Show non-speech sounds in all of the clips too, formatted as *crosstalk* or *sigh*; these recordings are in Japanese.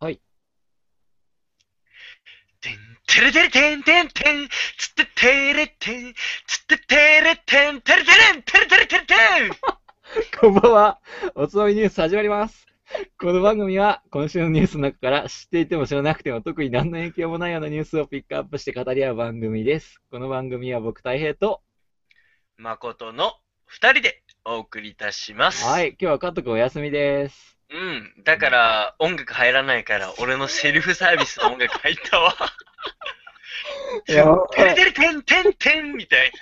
はい。てんてれてれてんてんてん、つっててれてん、つっててれてん、てれてれん、てれてれてれてん。 *laughs* こんばんは。おつまみニュース始まります。この番組は今週のニュースの中から知っていても知らなくても特に何の影響もないようなニュースをピックアップして語り合う番組です。この番組は僕、たい平と。誠の二人でお送りいたします。はい、今日は加藤君お休みです。うん、だから音楽入らないから俺のセルフサービスの音楽入ったわ。やばてれてれてんてんてんみたい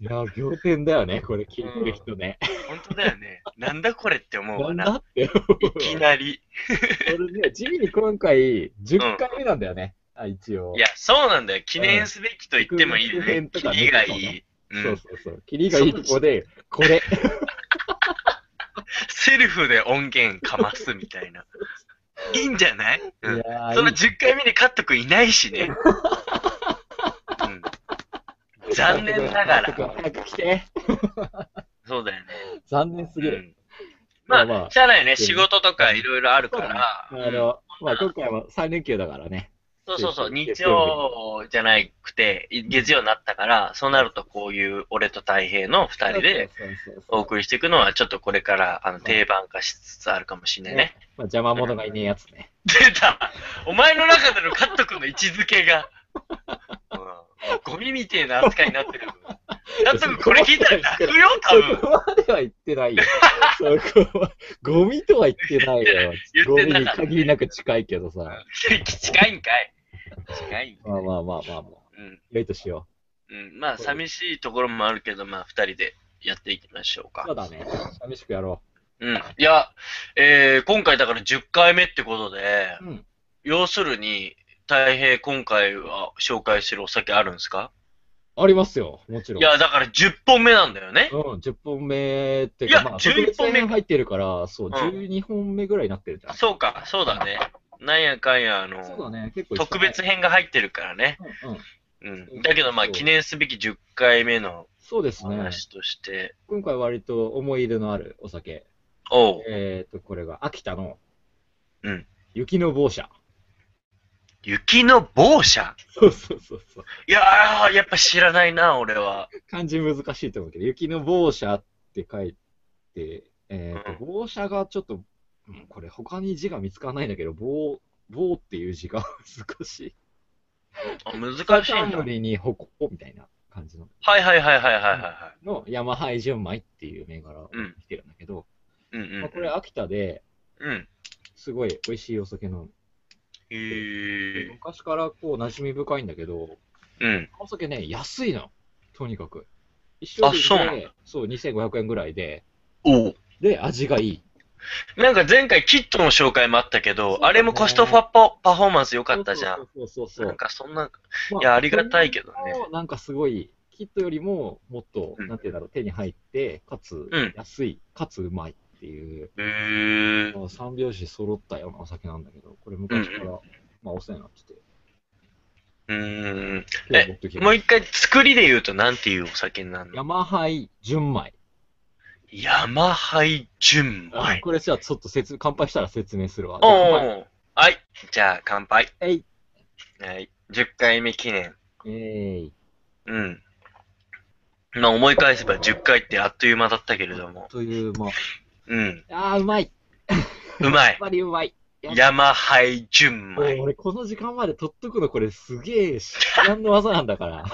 いや、仰天だよね、これ聞いてる人ね。な。本当だよね。なんだこれって思うわなな。んだって思ういきなり。これね、地味に今回10回目なんだよね、あ一応。いや、そうなんだよ。記念すべきと言ってもいいようんね。特別キ編リとかがねいい。う。そうんそうそう。キリがいいとこで、これ。セルフで音源かますみた *laughs* いな。いいんじゃない、いうん、やーそのいい10回目にカット君いないしね。うん、残念なが加藤君ら。早く来て。そうだよね。残念すぎうる。ん、まあ、まあまあしゃあないね。仕事とかいろいろあるから。あの、まあ今回も3連休だからね。そうそうそう、日月曜曜じゃなくて、月曜になったから、そうなるとこういう俺と太平の二人でそうそうそうそう、お送りしていくのは、ちょっとこれからあの定番化しつつあるかもしれないね。まあ邪魔者がいねえやつね。出たお前の中でのカット君の位置づけが、うん、ゴミみてえな扱いになってる。カット君これ聞いたら泣くよ、多そ分。こまでは言ってない *laughs* よ。そこは、ゴミとは言ってないよ。言ゴってミなにかった限りなく近いけどさ。近いんかい。近いんだまあまあまあまあ、まあ、うん良いとしようん、まあ、寂しいところもあるけど、まあ、二人でやっていきましょうう。か。そうだね。寂しくやろうん。いや、えー、今回だから10回目ってことで、う。うん。要するに、大平今回は紹介してるお酒あるんですかありますよ、もちろいん。や、だから10本目なんだよね。うん、10本目っていか、やまあ、 11特別本目編入ってるから、そう、ん12本目ぐらいになってるじゃん。そうか、そうだね。なんやかんや、あそうだの、ね、結構特別編。編が入ってるからね。うんうん。うん。だけどまあ、記念すべき10回目のそうですね。話として、今回割と思い入れのあるお酒。おう、えっ、ー、と、これが秋田の、うん。雪の某社。雪の某社 *laughs* そうそうそうそう。いやー、やっぱ知らないな、俺は。漢字難しいと思うけど、雪の某社って書いて、えっ、ー、と、う某社がちょっと、うんこれ他に字が見つからないんだけど、某、某っていう字が *laughs* 難しい。あ難しいんだ。冠にほこみたいな感じの。はいはいはいはいはいはいはの山灰純米っていう銘柄を来てるんだけど、い。うんうんまあ、これ秋田でうん。すごい美味しいお酒の、へえ。昔からこう馴染み深いんだけど、うん。お酒ね、安いの。とにかく。一生そうなで、そう、2500円ぐらいで、おうで、味がいい。なんか前回キットの紹介もあったけそうど、だねあれもコストファパパフォーマンス良かったじゃん。そうそうそうそな。うんかそんな、まいやありがたいけどね。それもなんかすごい、キットよりももっと、うんなんていうんだろう、手に入って、かつん安い、かつうまいっていう、へえ。まあ三拍子揃ったようなお酒なんだけど、これ昔から、まあお世話になってて、うーん。今日持ってきもまうし一回作りで言うとなんていうお酒になるた。の山灰純米。山灰純あ米。これじゃあちょっと説乾杯したら説明するわ。おじゃあお。はい。じゃあ乾杯。乾杯えい。はい。10回目記念。えい。うん。まあ思い返せば10回ってあっという間だったけれども。という、まあ、うん。あーうまい。うまやっい。ぱりうまい。山灰純もう米。俺この時間まで取っとくのこれすげえ至難の技なんだから。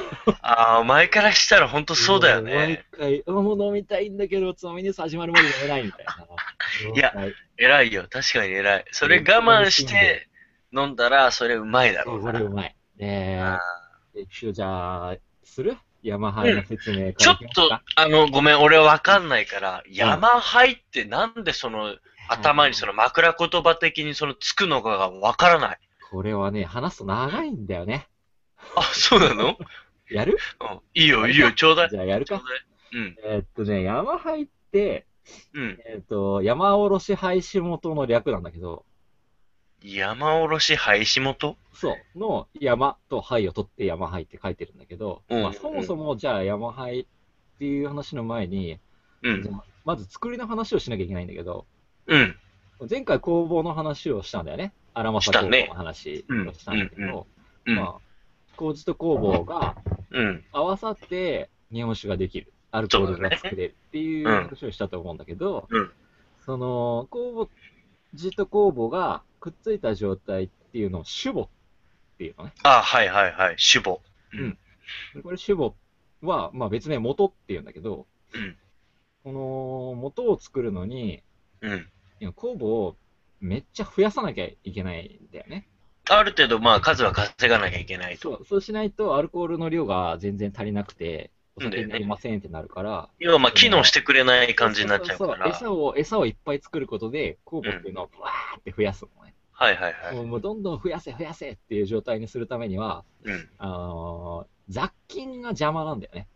ああ、前からしたら本当 *laughs* そうだよね。もう毎回、うんもう飲みたいんだけど、つまみニュース始まるまで飲めないみたいな。 *laughs* いやはい、偉いよ。確かに偉い。それ我慢して飲んだら、それうまいだそろううこな。れうまい。ねあえ、一応じゃあ、する山ハイの説明ーちからょっいきますとか、あの、ごめん、俺わかんないから、山入ってなんでその、頭にその枕言葉的にそのつくのかがわからない。これはね、話すと長いんだよね。あ、そうなのや *laughs* るうん。いいよ、いいよ、ちょうだい。じゃあやるちょうか。だい。うん、えーっとね、山ハイって、うん。えーっと、山おろし廃止元の略なんだけど、山おろし廃止元そう、の山と灰を取って山灰って書いてるんだけど、うんまあ、そもそもじゃあ山灰っていう話の前に、うじゃん。あまず作りの話をしなきゃいけないんだけど、うん。前回工房の話をしたんだよね。荒政工房の話をしたんだけうんうんど、うん。まあ、麹と工房がうん。合わさって日本酒ができる。アルコールが作れるっていう話をしたと思うんだけど、うんその、工麹と工房がくっついた状態っていうのを酒母っていうのね。あ、はいはいはい。主母。これ酒母は、まあ別名元っていうんだけど、うんこの元を作るのに、うん。いや酵母をめっちゃ増やさなきゃいけないんだよね。ある程度、まあ、数は稼がなきゃいけないと。そうそうしないとアルコールの量が全然足りなくて、お酒になりませんってなるから、要は、まあ、機能してくれない感じになっちゃうそかそそら。餌を、餌をいっぱい作ることで、酵母っていうのをブワーって増やすのね。はいはいはい。もうもうどんどん増やせ増やせっていう状態にするためには、うん。あのー雑菌が邪魔なんだよね。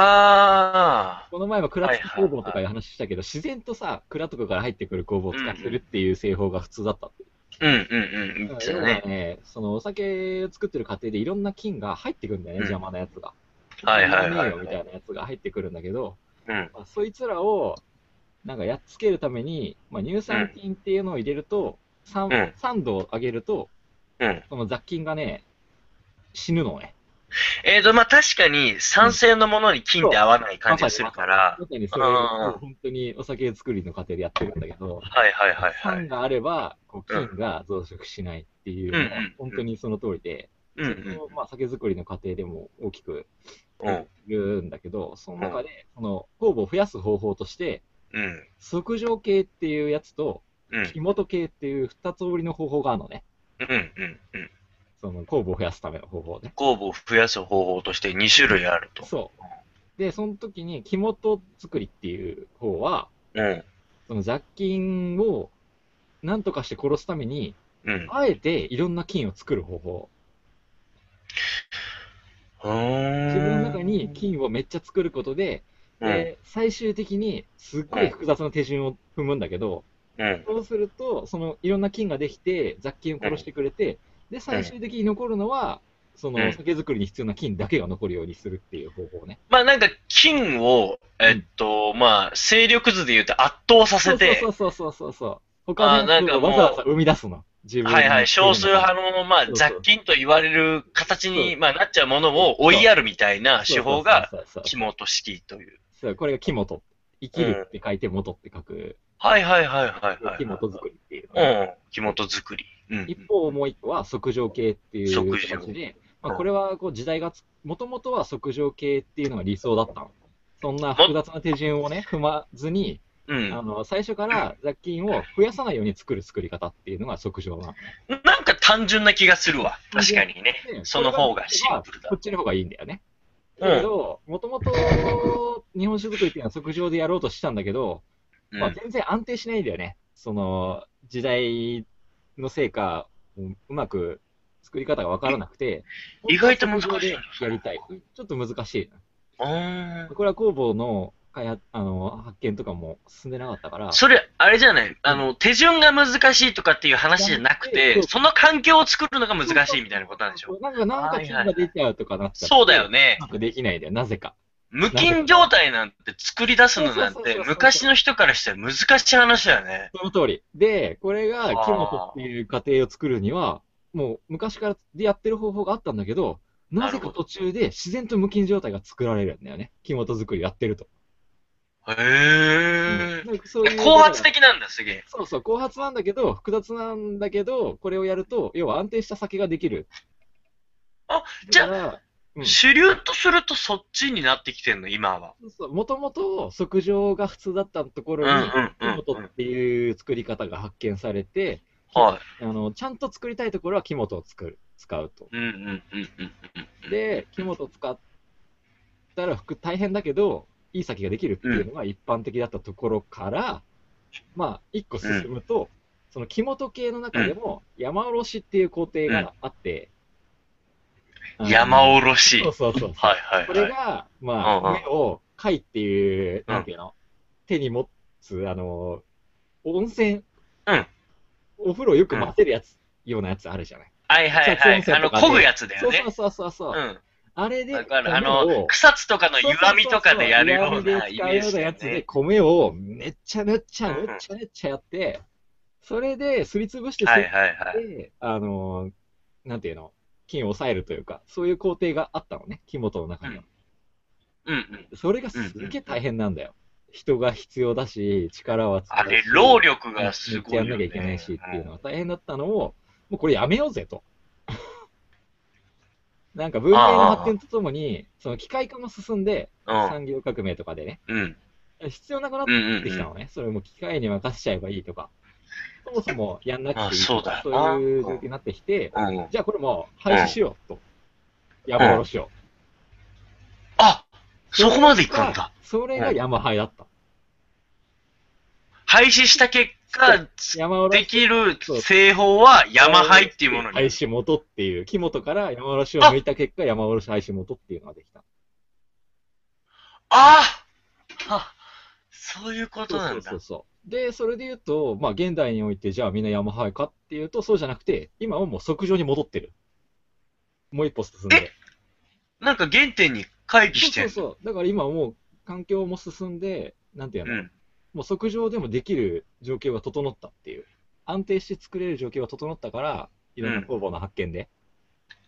あこの前も蔵付き工房とかいう話したけど、自然とさ、蔵とかから入ってくる工房を使ってるっていう製法が普通だったってー。うんうんうん。言って要たはね。ね、そのお酒を作ってる過程でいろんな菌が入ってくるんだよね、うん邪魔なやつが。はいはいはい邪魔ねえよみたいなやつが入ってくるんだけど、うん。まあそいつらをなんかやっつけるために、まあ、乳酸菌っていうのを入れると、酸うん酸度を上げると、うん。その雑菌がね、死ぬのね。えーと、まあ、確かに、酸性のものに菌って合わない感じがするから。まさにそれをあー本当にお酒作りの過程でやってるんだけど、はいはいはいはい。酸があればこう菌が増殖しないっていうのはうんうん本当にその通りで、うんそれをまあ、酒造りの過程でも大きくうん。うん。いるんだけど、その中で、その酵母を増やす方法として、うん。即上系っていうやつと、うん。木元系っていう二つ折りの方法があるのね。うん。うん。うん。その酵母を増やすための方法ね。酵母を増やす方法として2種類あると。そう。で、その時に木元作りっていう方は、うん。その雑菌をなんとかして殺すために、うん。あえていろんな菌を作る方法。自自分の中に菌をめっちゃ作ることで、うん。で最終的にすっごい複雑な手順を踏むんだけど、うん。そうすると、そのいろんな菌ができて、雑菌を殺してくれて、で、最終的に残るのは、そうんの酒造りに必要な菌だけが残るようにするっていう方法ね。まあなんか、金を、えっと、まあ、勢力図で言うと圧倒させてそ、うそうそうそうそう。他のあなやんつかをもうわざわざ生み出すの。自分のはいはい、少数派の、まあそ、うそう雑菌と言われる形そに、うまあ、なっちゃうものを追いやるみたいな手法が、そうそうそうそう肝と式という。そうこれが木元。生きるって書いて元って書く、はいはいはいはいはい。木元作りっていうのね、うん、肝と作り。うん。一方、もう一個は即上系っていう即上形で、まあ、うんこれはこう時代がつ、もともとは即上系っていうのが理想だったの。そんな複雑な手順をね、踏まずに、うあん。の最初から雑菌を増やさないように作る作り方っていうのが即上なの。なんか単純な気がするわ。確かにね。でその方がシンプルだこっちの方がいいんだよね。うんだけど、もともと日本酒作りっていうのは即上でやろうとしたんだけど、うまあ、ん。全然安定しないんだよね。その、時代のせいか、うんうまく作り方がわからなくて。意外と難しい本当は即興でやりたい。ちょっと難しいあな。ーこれは工房の開発、あの、発見とかも進んでなかったから。それ、あれじゃないあの、手順が難しいとかっていう話じゃなくそうて、その環境を作るのが難しいみたいなことなんでしょなんか、なんか菌が出ちゃうとかなっちゃってそうだよ。ねう。まくできないんだよ、なぜか。無菌状態なんて作り出すのなんそうそうそうてそう、昔の人からしたら難しい話だよね。その通り。で、これが、キモトっていう過程を作るには、もう昔からやってる方法があったんだけど、なぜか途中で自然と無菌状態が作られるんだよね。キモト作りやってると。へうんえ。なんかそういう後発的なんだ、すげえ。そうそう、後発なんだけど、複雑なんだけど、これをやると、要は安定した先ができる。あじゃああ、うん主流とするとそっちになってきてんの、今は。もともと即上が普通だったとこうんろうんに、うキんモトうん。っていう作り方が発見されて、はい。あのちゃんと作りたいところはキモトを作る使うと。うんうんうんうんうん。で、木本使ったら服大変だけど、いい先ができるっていうのが一般的だったところから、まあ、一個進むと、その木本系の中でも、山おろしっていう工程があって、あの山おろし。そうそうそう。はいはいこはれい。が、まうんうんあ、目を貝っていう、うんなんていうの、手に持つ、あの、温泉、うんお風呂をよく混ぜるやつ、ようなやつあるじゃない。はいはい草津は温い。泉あとの、かで漕ぐやつだそようねそ。うそうそうそう。うん。あれで、わかる。あ米のを、草津とかの湯あみとかでやるようなイメージ湯あみで使うようなだやよつでね。米をめっちゃぬっちゃうんぬっちゃぬっちゃやって、それで、すりつぶして、はいはいはい。で、あのーなんていうの、菌を抑えるというか、そういう工程があったのね、木本の中には。うんうん。それがすっげえ大変なんだよ。人が必要だし、力は使うしあれ、労力がすごいやよ、んね。なきゃいけないしっていうのは大変だったのを、もうこれやめようぜ *laughs* と。なんか文明の発展とともに、その機械化も進んで、産業革命とかでね、うん。うん。必要なくなっうんうんてきたのね。それも機械に任せちゃえばいいとか、そもそもやんなくていいあとそうだかよ、そうないう状況になってきて、うん。うん。じゃあこれもう廃止しようと。山下ろしよあそこまでう。行くんだ。それが山廃だった。廃止した結果、山下ろでしきる製法は山灰っていうもの廃に。止元っていう、木本から山下ろしを抜いた結果、山下ろし廃止元っていうのができた。ああそういうことそうなそんうだ。そうそう。で、それで言うと、まあ、現代において、じゃあみんなヤマハかっていうと、そうじゃなくて、今はもう即上に戻ってる。もう一歩進んで。なんか原点に回帰そうしてそんうのそう。だから今はもう環境も進んで、なんていうの、うん。もう即上でもできる状況が整ったっていう。安定して作れる状況が整ったから、いろんな工房の発見で。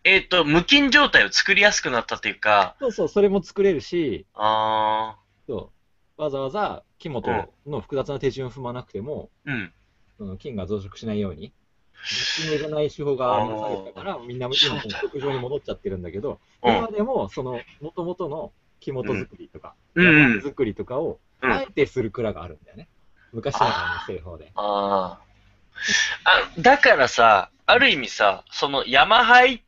えっ、と、無菌状態を作りやすくなったっていうか、そうそう、それも作れるし、あそうわざわざ木本の複雑な手順を踏まなくても、ー、うん。その菌が増殖しないよう *laughs* に、実用じゃない手法がなされたから、みんな今、食上に戻っちゃってるんだけど、う今ん。でも、その、もともとの木本作りとか、うんうん山作りとかを、うんあえてする蔵があるんだよね。昔ながらの製法で。あーあ。だからさ、ある意味さ、その山灰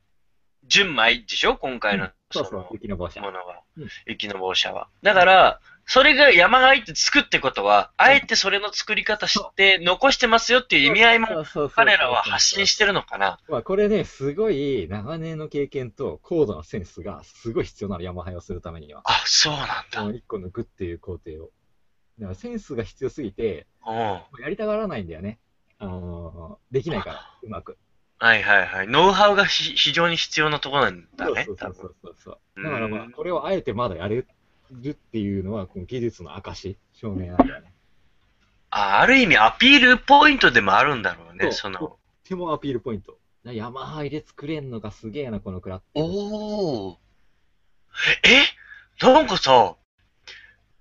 純米でしょ今回の、そうそそうの、雪の帽子。ものがうん、生きの帽子は。だから、それが山が入って作ってことは、あえてそれの作り方知って残してますよっていう意味合いも、も彼らは発信してるのかな。まあ、これね、すごい長年の経験と高度なセンスがすごい必要なの、山灰をするためには。あ、そうなんだ。こうの一個抜くっていう工程を。だからセンスが必要すぎて、ん。やりたがらないんだよね。あのーできない *laughs* から、うまく。はいはいはい。ノウハウがひ非常に必要なところなんだねそう。そ多うそ分うそうそう。うんだからまあ、これをあえてまだやれるっていうのは、この技術の証、証明なんだよ *laughs* ね。あある意味アピールポイントでもあるんだろうそね、うその。とてもアピールポイント。なヤマハイで作れんのがすげえな、この蔵って。おお。えなんかさ、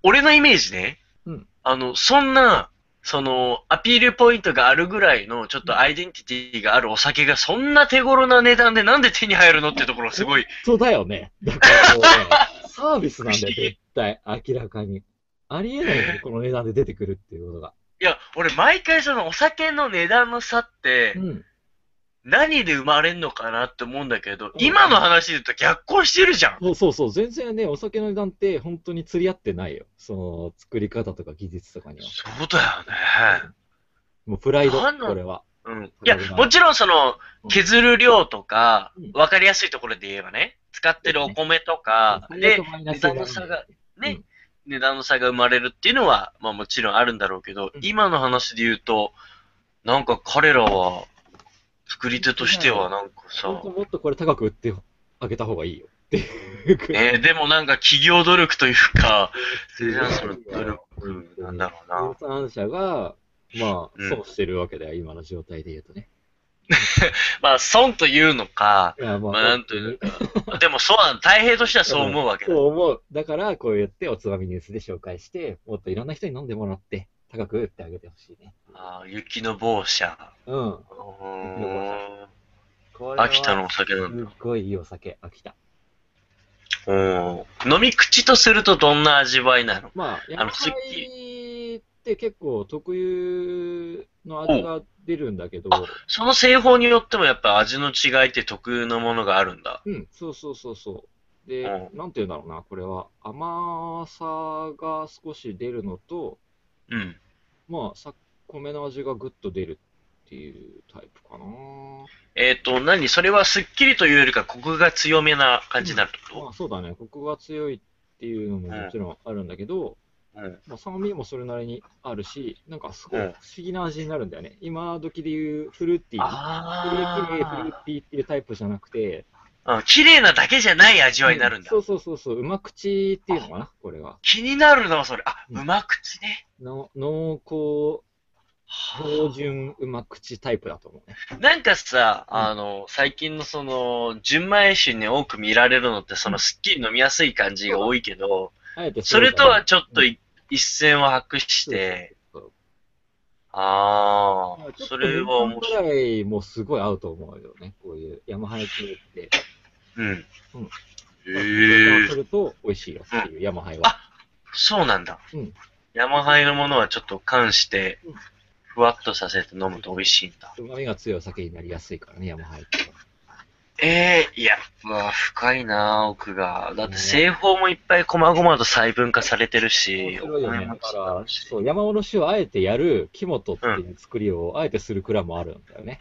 俺のイメージね、うんあの、そんな、その、アピールポイントがあるぐらいの、ちょっとアイデンティティがあるお酒が、そんな手頃な値段でなんで手に入るのってところがすごい。そうだよね。だからもうね、 *laughs* サービスなんだよ、絶対。明らかに。ありえないよね、この値段で出てくるっていうことが。いや、俺毎回そのお酒の値段の差ってう、ん。何で生まれんのかなって思うんだけどう、ん今の話で言うと逆行してるじゃん。そうそうそう。全然ね、お酒の値段って本当に釣り合ってないよ。その、作り方とか技術とかには。そうだよね。もうプライド、なんなのこれは。うん。いそやれが、もちろんその、削る量とかうん、わかりやすいところで言えばね、使ってるお米とか最で悪、マイナ値スになる段んだよの差が、うねん、値段の差が生まれるっていうのは、まあもちろんあるんだろうけどう、ん今の話で言うと、なんか彼らは、作り手としてはなんか本さ当、もっとこれ高く売ってあげた方がいいよっていうくらい。えーでもなんか企業努力というか、すごい生産者の努力なんだろうな。生産者が、まうんあ、損してるわけだよ、今の状態で言うとね。まあ、損というのか、いや、ままあ、なんというのか。でも、そうなん、太平としてはそう思うわけだ。そう思う。だから、こうやっておつまみニュースで紹介して、もっといろんな人に飲んでもらって、高く売ってあげてほしいね。あー雪の帽車。うん。うーんこれは秋田のお酒なんだ。すっごいいいお酒、秋田。うん飲み口とするとどんな味わいなのまあ、あ山のすっき菜って結構特有の味が出るんだけど、その製法によってもやっぱ味の違いって特有のものがあるんだ。うん、そうそうそうそう。で、うなんて言うんだろうな、これは。甘さが少し出るのと、うん。まあ、さ米の味がぐっと出るっていうタイプかな。えっ、と、何それはすっきりというよりかコクが強めな感じになるってまこあ、そうだね、コクが強いっていうのももちろんあるんだけど、とうん。まあ、酸味もそれなりにあるし、なんかすごい不うん思議な味になるんだよね。今時で言うフルーティーな。フルーティー、フルあーティーっていうタイプじゃなくて、あ。うん綺麗なだけじゃない味わいになるんだ。そうそうそうそう、うま口っていうのかな、これは。気になるな、それ。あ、うんうま口ね。の濃厚標準うま口タイプだと思うね。なんかさ、うんあの、最近のその、純米酒に多く見られるのって、その、すっきり飲みやすい感じが多いけど、あえてそれとはちょっとい一線を博しそうそうて、そうあまああ、ちょっそとれは面白い。日本ぐらいもすごい合うと思うよね。こういう山ハイ系って。うんうん。へえす、ると美味しいよっていう、山ハイは。そうなんだうん。ヤマハイのものはちょっと缶してうん、ふわっとさせて飲むと美味しいんだ。うまみが強いお酒になりやすいからね、山ハイって。ええいや、うわ、深いな奥が。だって製法もいっぱい細々と細分化されてる面し、白いよね。お米だもか違らう、しそう、山おろしをあえてやる、木本っていう作りをあえてする蔵もあるんだよね。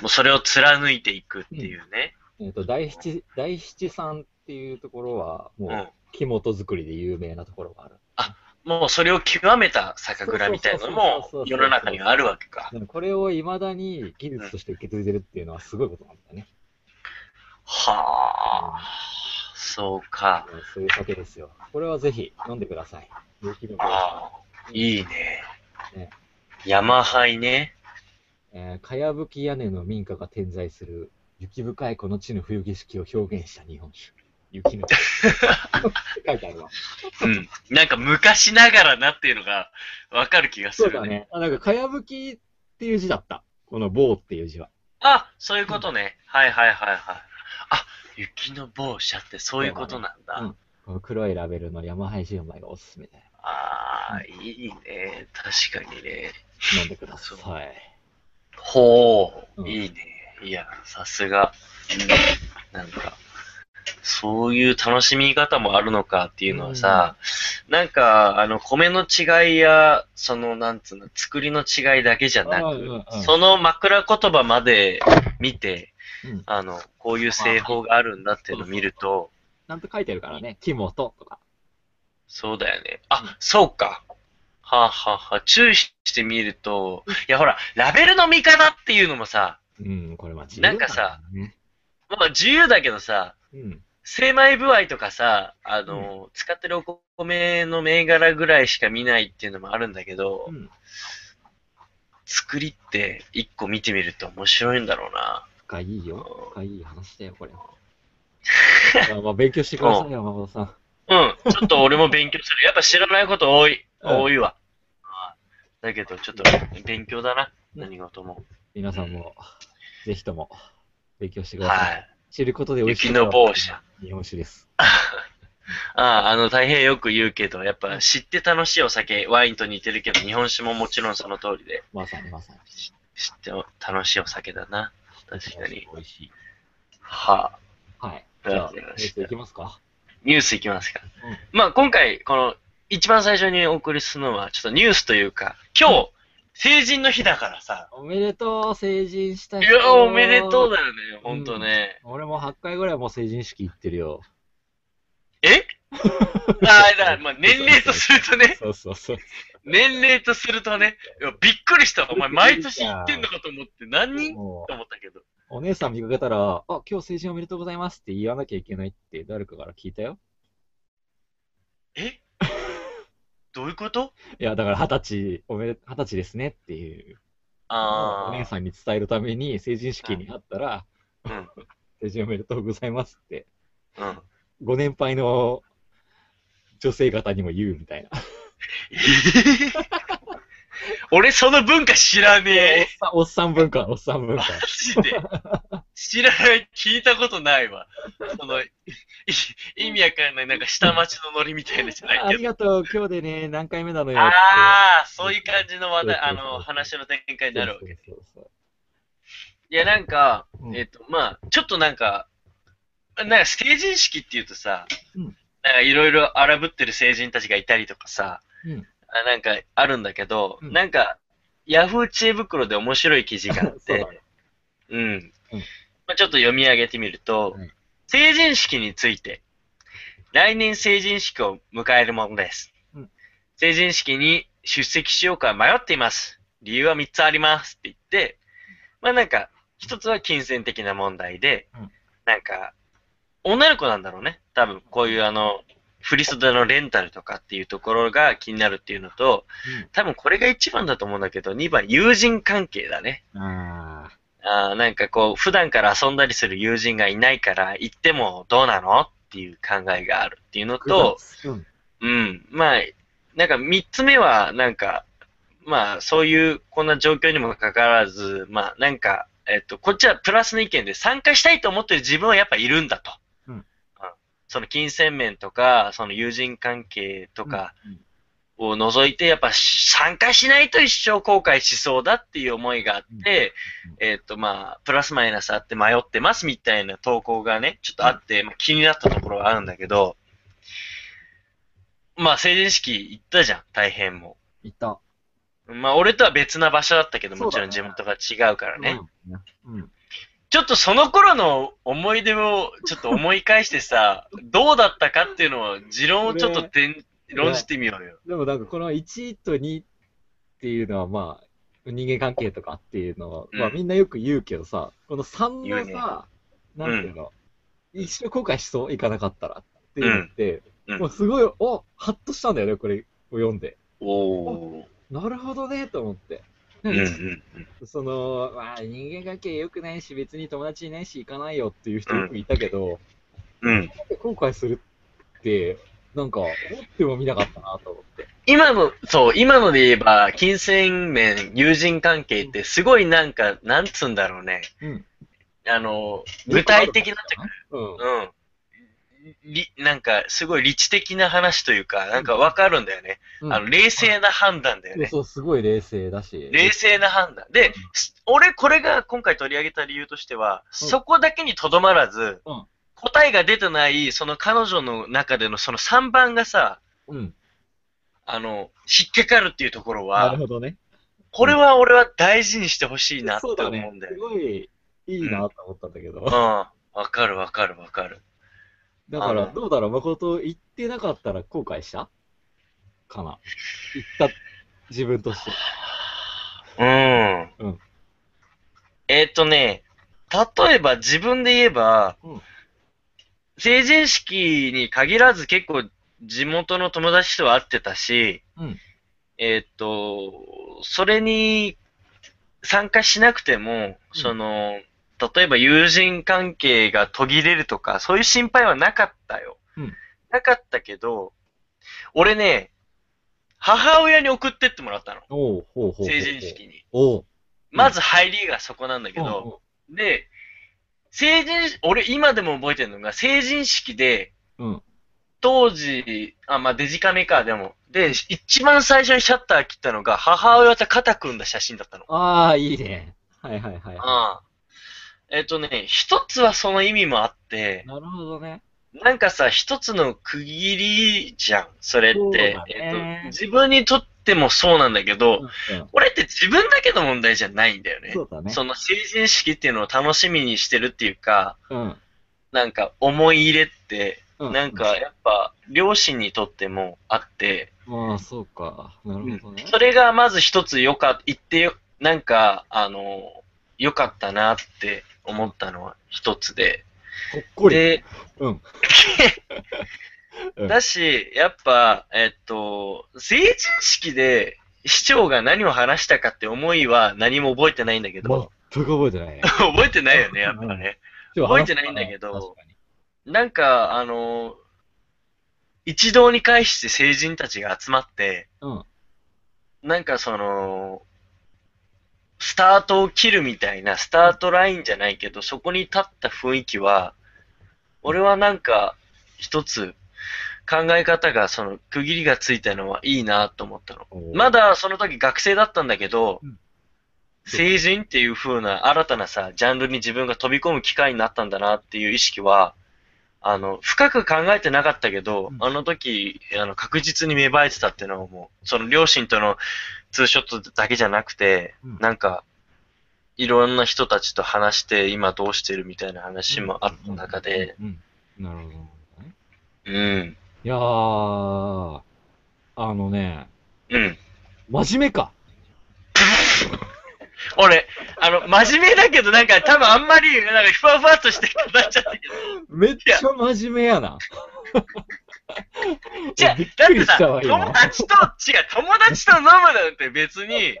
もうそれを貫いていくっていうね。えっと、大七、大七さんっていうところは、もう、。うん木本作りで有名なところがある。もうそれを極めた酒蔵みたいなのそうそうそうそうそうも世の中にはあるわけか。でもこれを未だに技術として受け継いでるっていうのはすごいことなんだよね。はあ、そうか。うんそういう酒ですよ。これはぜひ飲んでください。有機農業ああ、いいねね。山杯ね。えー、かやぶき屋根の民家が点在する雪深いこの地の冬景色を表現した日本酒。雪 *laughs* の書いてあるわ。うん。なんか昔ながらなっていうのがわかる気がすそうるだ。ね。あ、なんかかやぶきっていう字だった。この棒っていう字は。あ、そういうことね。はいはいはいはい。あ、雪の某社ってそういうことなんそだ。うだねうんこの黒いラベルの山配純米がおすすめだよ。ああ、いいね。確かにね。飲んでください。ほうんう、いいね。いや、さすが。なんか、そういう楽しみ方もあるのかっていうのはさ、なんか、あの、米の違いや、その、なんつうの、作りの違いだけじゃなうんうんくうん、その枕言葉まで見て、うんあの、こういう製法があるんだっていうのを見ると、なんと書いてあるからね。木本とか。そうだよね。うんあ、そうか。はあ、はあはあ、注意してみると、いやほら、ラベルの見方っていうのもさ、うん、これ間違いなんかさ、まあ自由だけどさ、うん。精米具合とかさ、あの、使ってるお米の銘柄ぐらいしか見ないっていうのもあるんだけど、うん。作りって一個見てみると面白いんだろうな。深いよ。深い話だよ、 *laughs* これ。まあまあ、勉強してくださいよ、山本さん。うん、ちょっと俺も勉強する。やっぱ知らないこと多い。うん多いわ。あだけど、ちょっと勉強だな。何事も。皆さんも、ぜひとも、勉強してくださ。はいい。知ることで美味しい。雪の帽子。日本酒です。ああ、あの、大変よく言うけど、やっぱ知って楽しいお酒、ワインと似てるけど、日本酒ももちろんその通りで、まさにまさに。知って楽しいお酒だな。確かに。美味しい。はあ、はい。うんじゃあ、よニろューしスくいきますか。ニュースいきますか。うんまあ、今回、この、一番最初にお送りするのは、ちょっとニュースというか、今日、成人の日だからさ。おめでとう、成人したい人や、おめでとうだよね、ほんとね。俺も8回ぐらいもう成人式行ってるよ。 *laughs* えああ、だから、まあ、年齢とするとね、そうそうそう。年齢とするとね、いやびっくりしたわ。お前、毎年言ってんのかと思って、何人もうと思ったけど。お姉さん見かけたら、あ、今日成人おめでとうございますって言わなきゃいけないって誰かから聞いたよ。えどういうこといや、だから二十歳、おめで、二十歳ですねっていう、お姉あさんに伝えるために、成人式に会ったら、うん成人おめでとうございますって、あ、うん。ご年配の女性方にも言うみたいな。 *laughs* 俺、その文化知らねえ。おっさん、おっさん文化、おっさん文化 *laughs* マ。ジで。知らない、聞いたことないわ。その、い意味わかんない、なんか下町のノリみたいなじゃあないりけど。がとう、今日でね、何回目なのよって。ああ、そういう感じの話題、そうそあうそうの、話の展開になるわけ。そうそういや、なんか、そううんえっと、まあ、ちょっとなんか、なんか成人式っていうとさ、うんなんかいろいろ荒ぶってる成人たちがいたりとかさ、うんあなんかあるんだけど、うんなんか、ヤフー知恵袋で面白い記事があっ *laughs* そうてだ、ねうん。うんまあ、ちょっと読み上げてみると、はい成人式について、来年成人式を迎えるものです。うん成人式に出席しようか迷っています。理由は3つありますって言って、まあなんか、一つは金銭的な問題で、うんなんか、女の子なんだろうね。多分、こういうあの、振り袖のレンタルとかっていうところが気になるっていうのと、多分これが一番だと思うんだけど、2番、友人関係だね。うん。ああーなんかこう、普段から遊んだりする友人がいないから、行ってもどうなのっていう考えがあるっていうのあ。と、うん。うん。まあ、なんか三つ目は、なんか、まあ、そういう、こんな状況にもかかわらず、まあ、なんか、えっと、こっちはプラスの意見で、参加したいと思ってる自分はやっぱいるんだと。うんその金銭面とか、その友人関係とかうんうんを除いて、やっぱ参加しないと一生後悔しそうだっていう思いがあって、うんえっと、まあ、プラスマイナスあって迷ってますみたいな投稿がね、ちょっとあって、まあ気になったところはあるんだけど、まあ成人式行ったじゃん、大変も。いった。まあ俺とは別な場所だったけど、そうもちだろねん地元が違うからね。うん。うん。ちょっとその頃の思い出をちょっと思い返して *laughs* さ、どうだったかっていうのを、持論をちょっとてん、論じてみようよ。でもなんかこの1と2っていうのはまあ、人間関係とかっていうのは、うんまあみんなよく言うけどさ、この3言うねのさ、なんていうの、一生後悔しそう、行かなかったらっていうのって、うんうんもうすごい、おハッとしたんだよね、これを読んで。おー。なるほどね、と思って。うんうんその、まあ人間関係良くないし、別に友達いないし、行かないよっていう人よくいたけど、うん。うん。後悔するって、なんか、思っても見なかったなと思って。今の、そう、今ので言えば、金銭面、友人関係ってすごいなんか、なんつうんだろうね。うん。あの、具体的なというかうん。うん。り、なんか、すごい理知的な話というか、なんかわかるんだよね。うんあの、冷静な判断だよそうね。そう、すごい冷静だし。冷静な判断。うんで、す俺これが今回取り上げた理由としては、うんそこだけにとどまらずうん、答えが出てない、その彼女の中でのその3番がさ、うん。あの、引っかかるっていうところなるは、ほどね。これは俺は大事にしてほしいなってそう思だうねんだ。よすごね。いいいなと思ったんだけど。うん。わかるわかるわかる。だから、あどうだろう、誠、言ってなかったら後悔したかな。言った自分として。ううんん。えっ、とね、例えば自分で言えば、うん成人式に限らず結構地元の友達とは会ってたし、うんえっ、と、それに参加しなくても、その、例えば友人関係が途切れるとか、そういう心配はなかったよ。うんなかったけど、俺ね、母親に送ってってもらったの。おうほうほうほう。成人。式に。おう。まず入りがそこなんだけど、おで、成人式、俺今でも覚えてるのが、成人式で、うん。うん。当時、あ、まあ、デジカメか、でも。で、一番最初にシャッター切ったのが、母親と肩組んだ写真だったの。ああ、いいね。はいはいはい。ああえっ、とね、一つはその意味もあって、なるほどね。なんかさ、一つの区切りじゃん、それっそうだてね。えっと、自分にとってもそうなんだけど、うん俺って自分だけの問題じゃないんだよね。そうだね。その成人式っていうのを楽しみにしてるっていうか、うん。なんか思い入れって、うなんか、やっぱ両親にとってもあって、まあ、そうか。なるほどね。それがまず一つよかっ言ってよ、なんか、あの、良かったなって思ったのは一つで。ほっこり。で、 *laughs* うん。うんだし、やっぱ、えっと、成人式で市長が何を話したかって思いは何も覚えてないんだけど、全く覚えてないね。 *laughs* 覚えてないよね、やっぱね。覚えてないんだけど確かになんか、あの、一堂に会して成人たちが集まって、うん。なんかその、スタートを切るみたいな、スタートラインじゃないけど、そこに立った雰囲気は、俺はなんか、一つ、考え方が、その、区切りがついたのはいいなと思ったの。おうまだその時学生だったんだけどうん、成人っていう風な新たなさ、ジャンルに自分が飛び込む機会になったんだなっていう意識は、あの、深く考えてなかったけどう、んあの時、あの、確実に芽生えてたっていうのはもう、その両親とのツーショットだけじゃなくてうん、なんか、いろんな人たちと話して、今どうしてるみたいな話もあった中で、。うん。なるほどね。うん、いやー、あのね、うん。真面目か。俺、あの、真面目だけど、なんか多分あんまり、なんかふわふわっとして語っちゃったけど、めっちゃ真面目やな。じゃあびっだっくてりさ、したわ、友今。達と、違う、友達と飲むなんて別に、い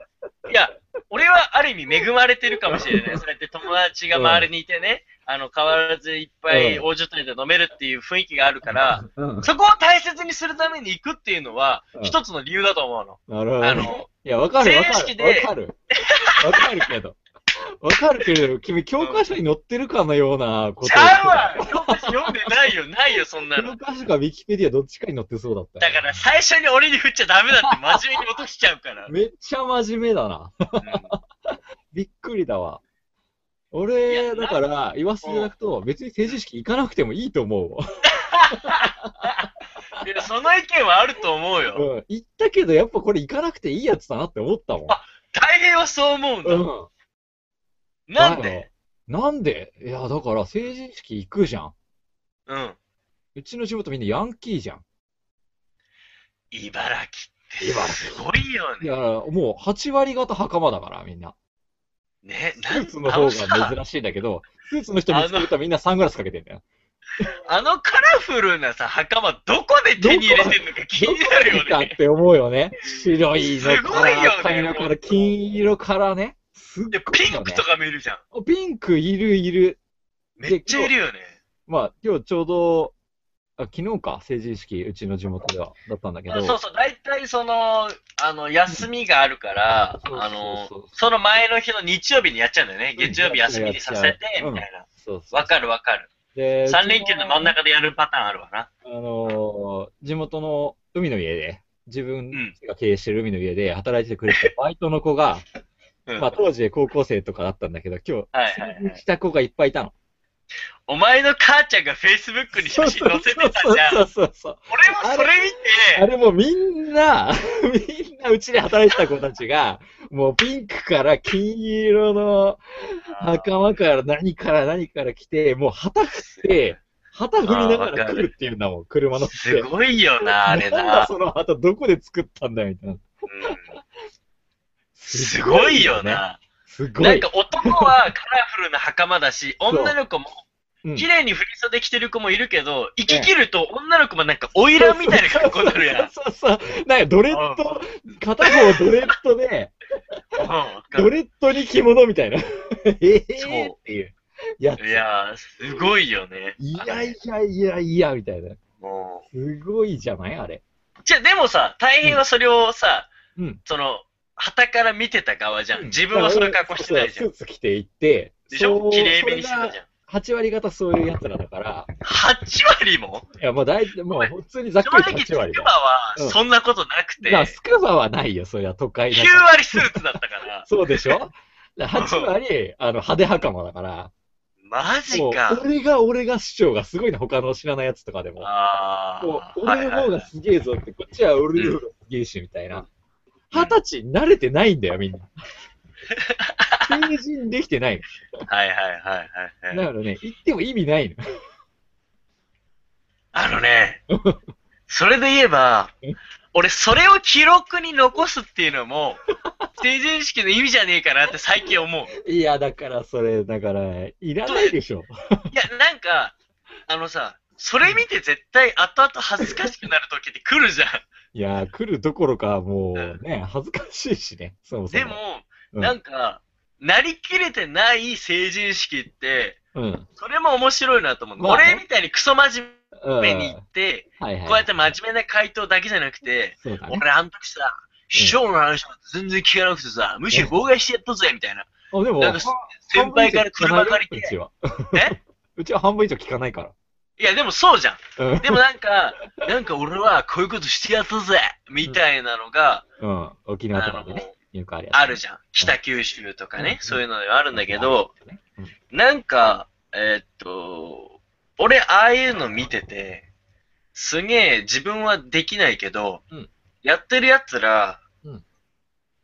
や、俺はある意味恵まれてるかもし *laughs* れない。そうやって友達が周りにいてね、あの、変わらずいっぱいうん大所帯で飲めるっていう雰囲気があるから、うん、そこを大切にするために行くっていうのはう、ん一つの理由だと思うなの。るほどね。あの、いや、わかるわか正式る。でわかる。わかるけど。わかるけれど、君、教科書に載ってるかのようなことを言ってちたゃうわよく読んでないよ、ないよ、そんなの教。科書かウィキペディアどっちかに載ってそうだったよだから最初に俺に振っちゃダメだって真面目に落としちゃうから。めっちゃ真面目だな。うびっくりだわ。い俺、やだから、言わせていただくと、別に成人式行かなくてもいいと思うわ。んいやその意見はあると思うよ。うん。行ったけど、やっぱこれ行かなくていいやつだなって思ったもん。あ大変はそう思うんだ。うん。なんだよでなんでいや、だから、成人式行くじゃん。うん。うちの地元みんなヤンキーじゃん。茨城って茨すごいよいね。や、もう8割方袴だから、みんな。ね、スなんーツの方が珍しいんだけど、スーツの人見つけるとみんなサングラスかけてんだよ。あのカラフルなさ、袴どこで手に入れてんのか気になるいいかよっね。て思うよね。白いのすかごいよねら、赤いのから、金色からね。すっごいで、よピンクとねかもいるじゃん。おピンクいるいる。めっちゃいるよね。まあ、今日ちょうど、あ昨日か、成人式、うちの地元では、だったんだけど。そうそう、大体その、あの、休みがあるから、うんあのそうそうそう、その前の日の日曜日にやっちゃうんだよね。うん月曜日休みにさせやってちゃ、うみたいな。そうそうわかるわかる。で3連休の真ん中でやるパターンあるわな。あのー地元の海の家で、自分うんが経営してる海の家で働いてくれてたバイトの子が、うんまあ当時高校生とかだったんだけど、今はいはいはい日、来た子がいっぱいいたの。お前の母ちゃんが Facebook に写真載せてたじゃん。そうそうそうそう。俺もそれ見あて、れもうみんな、 *laughs* みんなうちで働いてた子たちが、もうピンクから金色の袴から何から何から来て、もう旗振っ *laughs* て、旗振りながら来るっていうんだもん、車乗って。すごいよな、あれなんだな。その旗どこで作ったんだみたいな。うんすごいよな。すごい。なんか男はカラフルな袴だし、う女の子もうん綺麗に振り袖着てる子もいるけど、行き切ると女の子もなんか花魁みたいな格好になるやん。うんそうそうそう。なんかドレッド、片方ドレッドで、わかドるレッドに着物みたいな。 *laughs* ええそうっていう。やつ。いやー、すごいよね。いあやれいやいやいや、みたいな。もすごいじゃないあれ。うじゃあでもさ、大変はそれをさ、うん。その、旗から見てた側じゃん。自分はその格好してないじゃそうん。そうスーツ着ていって、でしょ綺麗めめにしてたじゃん。 8割方そういうやつらだから、 8割もいや、まあ大体、もう普通にざっ正くり直、 8筑割波だ。はうんそんなことなくて、まあ、 9スクバはないよ、そりゃ都会だから。割スーツだったから。 *laughs* そうでしょ ?8 割、あの、派手袴だから、マジもうか。俺が俺が主張がすごいね、他の知らないやつとかでも。あもあ。う俺の方がすげえぞって、こっちは俺の方がすげえし、みたいな。二十歳に慣れてないんだよ、み *laughs* んな。成人できてないはいはいはいはいはの。だいはい。からね、言っても意味ないの。あ *laughs* のね、それで言えばうん、俺それを記録に残すっていうのも、成人式の意味じゃねえかなって最近思う。いや、だからそれ、だから、いらないでしょ。いや、なんか、あのさ、それ見て絶対後々恥ずかしくなる時って来るじゃん。いや、来るどころか、もうね、恥ずかしいしね、そもそも。でも、うんなんか、なりきれてない成人式って、うん。それも面白いなと思う。まあね俺みたいにクソ真うん。面目に言って、はいはい。こうやって真面目な回答だけじゃなくて、そうだね。俺あの時さ、師匠の話も全然聞かなくてさ、むしろ妨害してやったぜ、みたいな。あ、でも、なんか先輩から車借りうちて、は。え *laughs* うちは半分以上聞かないかいや、でもそうじゃん。ら。うん。でもなん *laughs* か、なんか俺はこういうことしてやったぜ、みたいなのが、うん。沖縄あとかでのね、、よくあるやつ。あるじゃん。北九州とかうんね、そういうのがあるんだけど、うんなんか、えーっと、俺、ああいうの見てて、すげえ自分はできないけど、うんやってるやつら、うん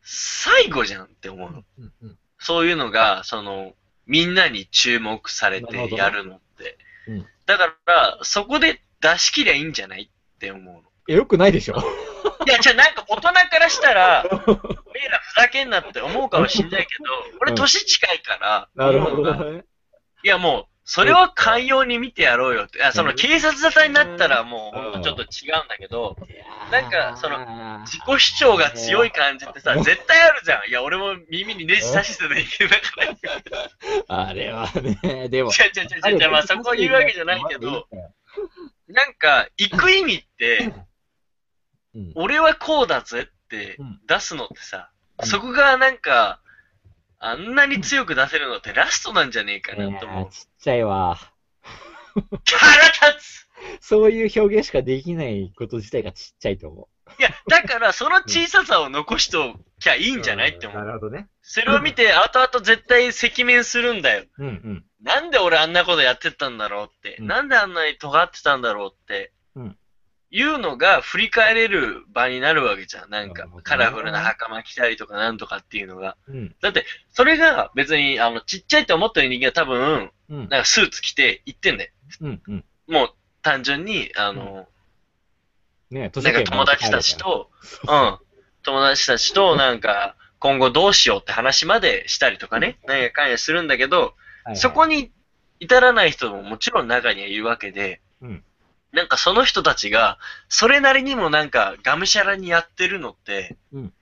最後じゃんって思うの。うんうんそういうのが、その、みんなに注目されなるてほどやるのって。うんだから、そこで出し切りゃいいんじゃないって思うの。いやよくないでしょ。いや、じゃあなんか大人からしたら、おめえらふざけんなって思うかもしんないけど、俺年近いから、なるほ思うのどがね。いやもう、それは寛容に見てやろうよって。あ、その警察沙汰になったらもう、ほんうんとちょっと違うんだけど、なんかそのの自己主張が強い感じってさ、絶対あるじゃん。いや、俺も耳にネジ刺してないけど、だから、違あれはね、 *laughs* でも。う違う違う違う、まあそこは言うわけじゃないけど、なんか、行く意味って、うん、俺はこうだぜってうん出すのってさ、うんそこがなんか、あんなに強く出せるのってラストなんじゃねえかなといや思ーう。ちっちゃいわ。腹立つそういう表現しかできないこと自体がちっちゃいと思。いや、だから、その小ささを残しておきゃいいうんじゃないって思なう。るほどね。それを見て、後々絶対赤面するんだよ。うんうん。なんで俺あんなことやってたんだろうって、うんなんであんなに尖ってたんだろうって、うんいうのが振り返れる場になるわけじゃん。なんなかるほどね、カラフルな袴着たりとかなんとかっていうのが。うんそれが別に、あの、ちっちゃいと思ってる人間は多分、うん。なんかスーツ着て行ってんだよ。うんうん。もう単純に、あの、ねなんか友達たち、と、うん、友達たちとなんか、今後どうしようって話までしたりとかね、なんか関与するんだけど、そこに、に至らない人ももちろん中にはいるわけで、うんなんかその人たちが、それなりにもなんかがむしゃらにやってるのって、うん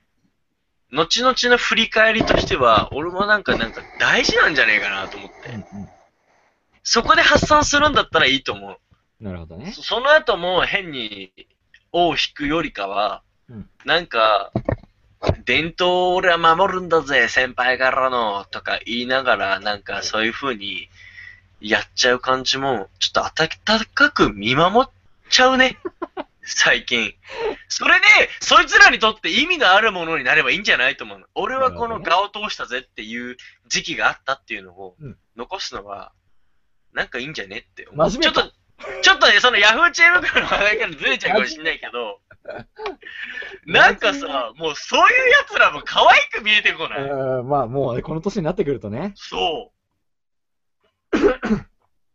後々の振り返りとしては、俺もなんかなんか大事なんじゃねえかなと思って、うんうんそこで発散するんだったらいいと思う。なるほどね。そその後も変に尾を引くよりかは、うんなんか、伝統を俺は守るんだぜ、先輩からの、とか言いながら、なんかそういう風にやっちゃう感じも、ちょっと温かく見守っちゃ *laughs* うね。最近。それで、そいつらにとって意味のあるものになればいいんじゃないと思うの。俺はこのなる画を通したぜっていう時期があったっていうのをうん残すのは、なんかいいんじゃねって思う。真面目ちょっと、ちょっとね、そのヤフー知恵袋の話題からずれちゃうかもしんないけ *laughs* ど、なんかさ、もうそういう奴らも可愛く見えてこない。うんまあ、もうねこの年になってくるとね。 *coughs* そう。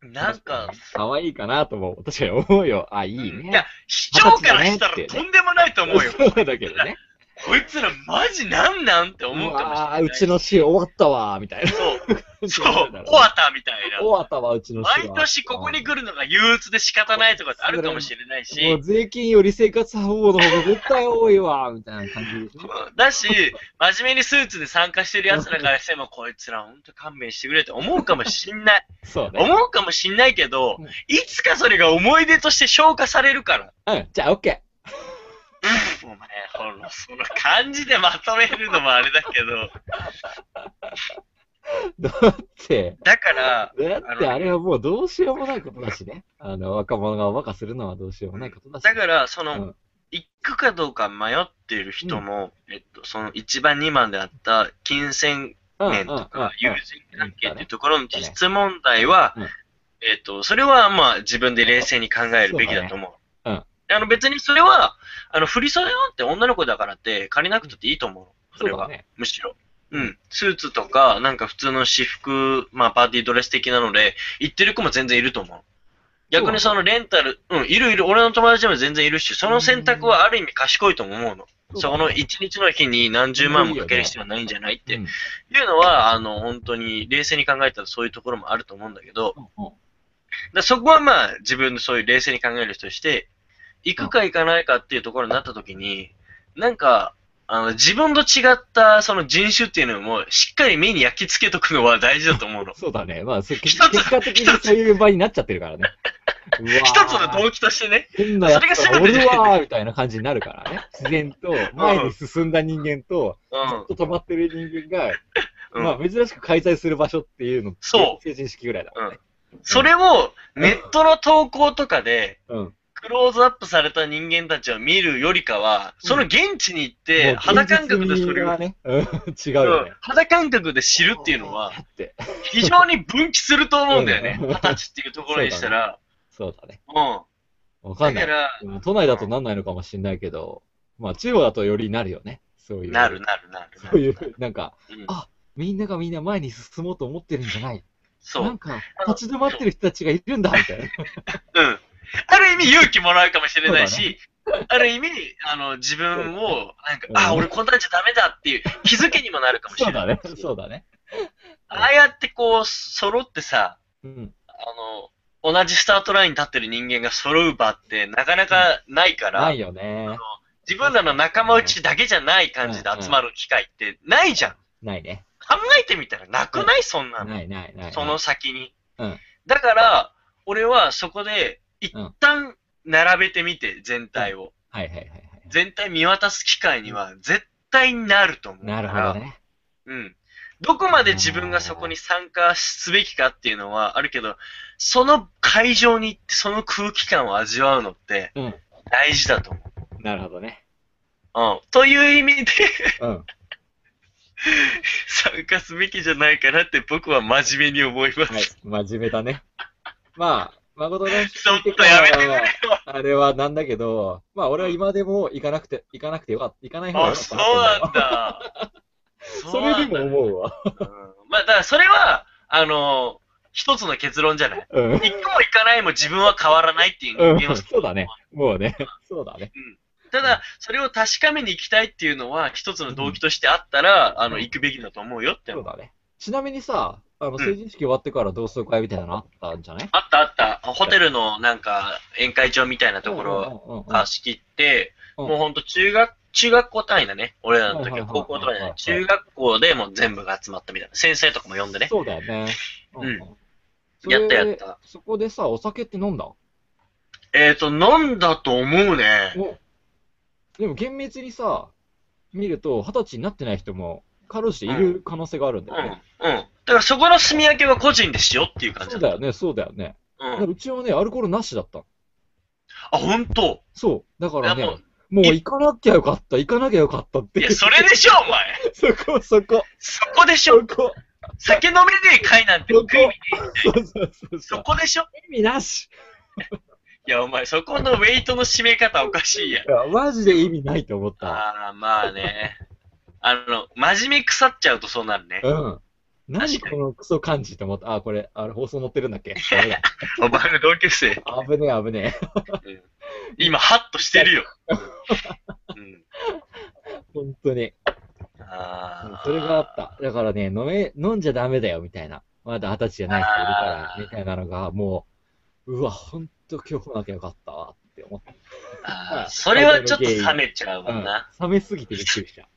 なんか、可愛いかなとも、確かに思うよ。あ、いいいねや。、市長からしたら二十歳だねってとんでもないと思うよ。そうだけどね。こいつらマジなんなんって思うかもしれあなあ、い。うちの市終わったわ、みたいな。 *laughs* そう、そうそうだろうね、終わったみたいな終。わったわ、うちの市は。毎年ここに来るのが憂鬱で仕方ないとかってあるかもしれないもしう、税金より生活保護の方が絶対多いわ、みたいな感じでし *laughs* ょ。だし、真面目にスーツで参加してる奴らからしても、こいつらほんと勘弁してくれって思うかもしんない。そう *laughs* ね。思うかもしんないけどうん、いつかそれが思い出として消化されるから。うん、じゃあ、オッケお前、ほら、その感じでまとめるのもあれだけど、ー。だって、だから、だってあれはもうどうしようもないことだしね。あの、若者がおバカするのはどうしようもないことだし。だから、そうのん、行くかどうか迷っている人も、えっと、その1番、2番であった、金銭うん、面とか友人関係っていうところのだね実質問題はうん、えっと、それはまあ自分で冷静に考えるべきだと思そう。うだねあの別にそれは、あの、振り袖なんて女の子だからって借りなくたっていいと思う。そそうれだは、ね。むしろ。うん。スーツとか、なんか普通の私服、まあパーティードレス的なので、行ってる子も全然いると思う。逆にそのレンタル、うん、いるいる、俺の友達でも全然いるし、その選択はある意味賢いとも思うの。そこの一日の日に何十万もかける必要はないんじゃないってうん。いうのは、あの、本当に冷静に考えたらそういうところもあると思うんだけど、だそこはまあ自分でそういう冷静に考える人として、行くか行かないかっていうところになった時に、なんか、あの、自分と違ったその人種っていうのもしっかり目に焼き付けとくのは大事だと思うのそうだね。まあ、そう結一つ結果的にそういう場になっちゃってるからね。うわー一つの動機としてね。変なやつそれががお全るてじゃないわーみたいな感じになるからね。自然と、前に進んだ人間と、うずっと止まってる人間が、ん。うんまあ、珍しく開催する場所っていうの、そう成人式ぐらいだもんね。それをネットの投稿とかで、うん。クローズアップされた人間たちを見るよりかは、その現地に行って、肌感覚でそれをは、ね、うん違うよねうん。肌感覚で知るっていうのは、だって、非常に分岐すると思うんだよね。うん二十歳っていうところにしたら。そうだね。うん。わかだんなかい。ら、でも都内だとなんないのかもしれないけど、まあ、地方だとよりなるよね。そういう。なる。なるなる。そういう、なんか、うんあみんながみんな前に進もうと思ってるんじゃない。そう。うなんん。か、立ち止まってる人たちがいるんだ、み *laughs* たいな。ある意味勇気もらうかもしれないし、ある意味、あの、自分を、なんかう、んあ、俺こんなんじゃダメだっていう気づきにもなるかも *laughs* しそれうだないねし。。そうだね。ああやってこう、揃ってさ、うん。あの、同じスタートラインに立ってる人間が揃う場ってなかなかないから、ないよね。自分らの仲間内だけじゃない感じで集まる機会ってないじゃん。ないね。考えてみたらなくないそんなの。ないないない。その先にうん。だから、俺はそこで一うん旦並べてみて、全体を。はいはいはいはい。全体見渡す機会には絶対になると思うなかるほどら。ね。うん。どこまで自分がそこに参加すべきかっていうのはあるけど、その会場に行ってその空気感を味わうのってうん。大事だと思なるほどね。う。うん。という意味で *laughs* うん。参加すべきじゃないかなって僕は真面目に思います。はい。真面目だね。まあ、誠のちょっとやめてくれよ。あれはなんだけど、まあ俺は今でも行かなくて、行かなくてよかった。行かない方がよあ、かったそうなと思うなんだ。 *laughs* それでも思うわ。そうなんだ。うんまあ、だからそれは、あの一つの結論じゃない。うん。一個も行かないも自分は変わらないっていう人間うをん、そうだね。もうね。そうだね。ただ、それを確かめに行きたいっていうのは、一つの動機としてあったら、あの、行くべきだと思うよって。そうだね。ちなみにさ、あの、成人式終わってから同窓会みたいなのあったんじゃないあったあった。ホテルのなんか、宴会場みたいなところろが仕切って、うんもうほんと中学、中学校単位だね。俺らの時はいはいははい高校単位はいだはいね。中学校でもう全部が集まったみたいな。先生とかも呼んでね。そうだよね。うんそれやったやった。そこでさ、お酒って飲んだえっと、飲んだと思うね。おでも厳密にさ、見ると、二十歳になってない人も、かろうじている可能性があるんうだん。ようんね。。だからそこの住み分けは個人でしようっていう感そじうだだった。よね、そうだよね。だかうらん。うちはね、アルコールなしだった。あ、ほんとそう。だからいやねも、もう行かなきゃよかった、行かなきゃよかったっいて。や、それでしょ、お前。そこ、そこ、そこでしそょ。こ、酒飲めねえ会なんてそこ食いに。そうそうそうそ。そうこでしょ意味なしいや、お前、そこのウェイトの締め方おかしいやん。いやマジで意味ないと思った。ああ、まあね。あの、真面目腐っちゃうとそうなるね。うん。何確かこにのクソ感じと思った。あ、これ、あれ放送載ってるんだっけダメだお前の同級生、危ねえ、危ね今、ハッとし *laughs* てるよ。うん。え。本当に。うんああ。それがあった。だからね、飲め、飲んじゃダメだよ、みたいな。まだ二十歳じゃない人いるからあ、ーみたいなのが、もう、うわ、ほんと今日来なきゃよかったわ、って思った。あーそれはちょっと冷めちゃううもんんな。。冷めすぎてびっくりした。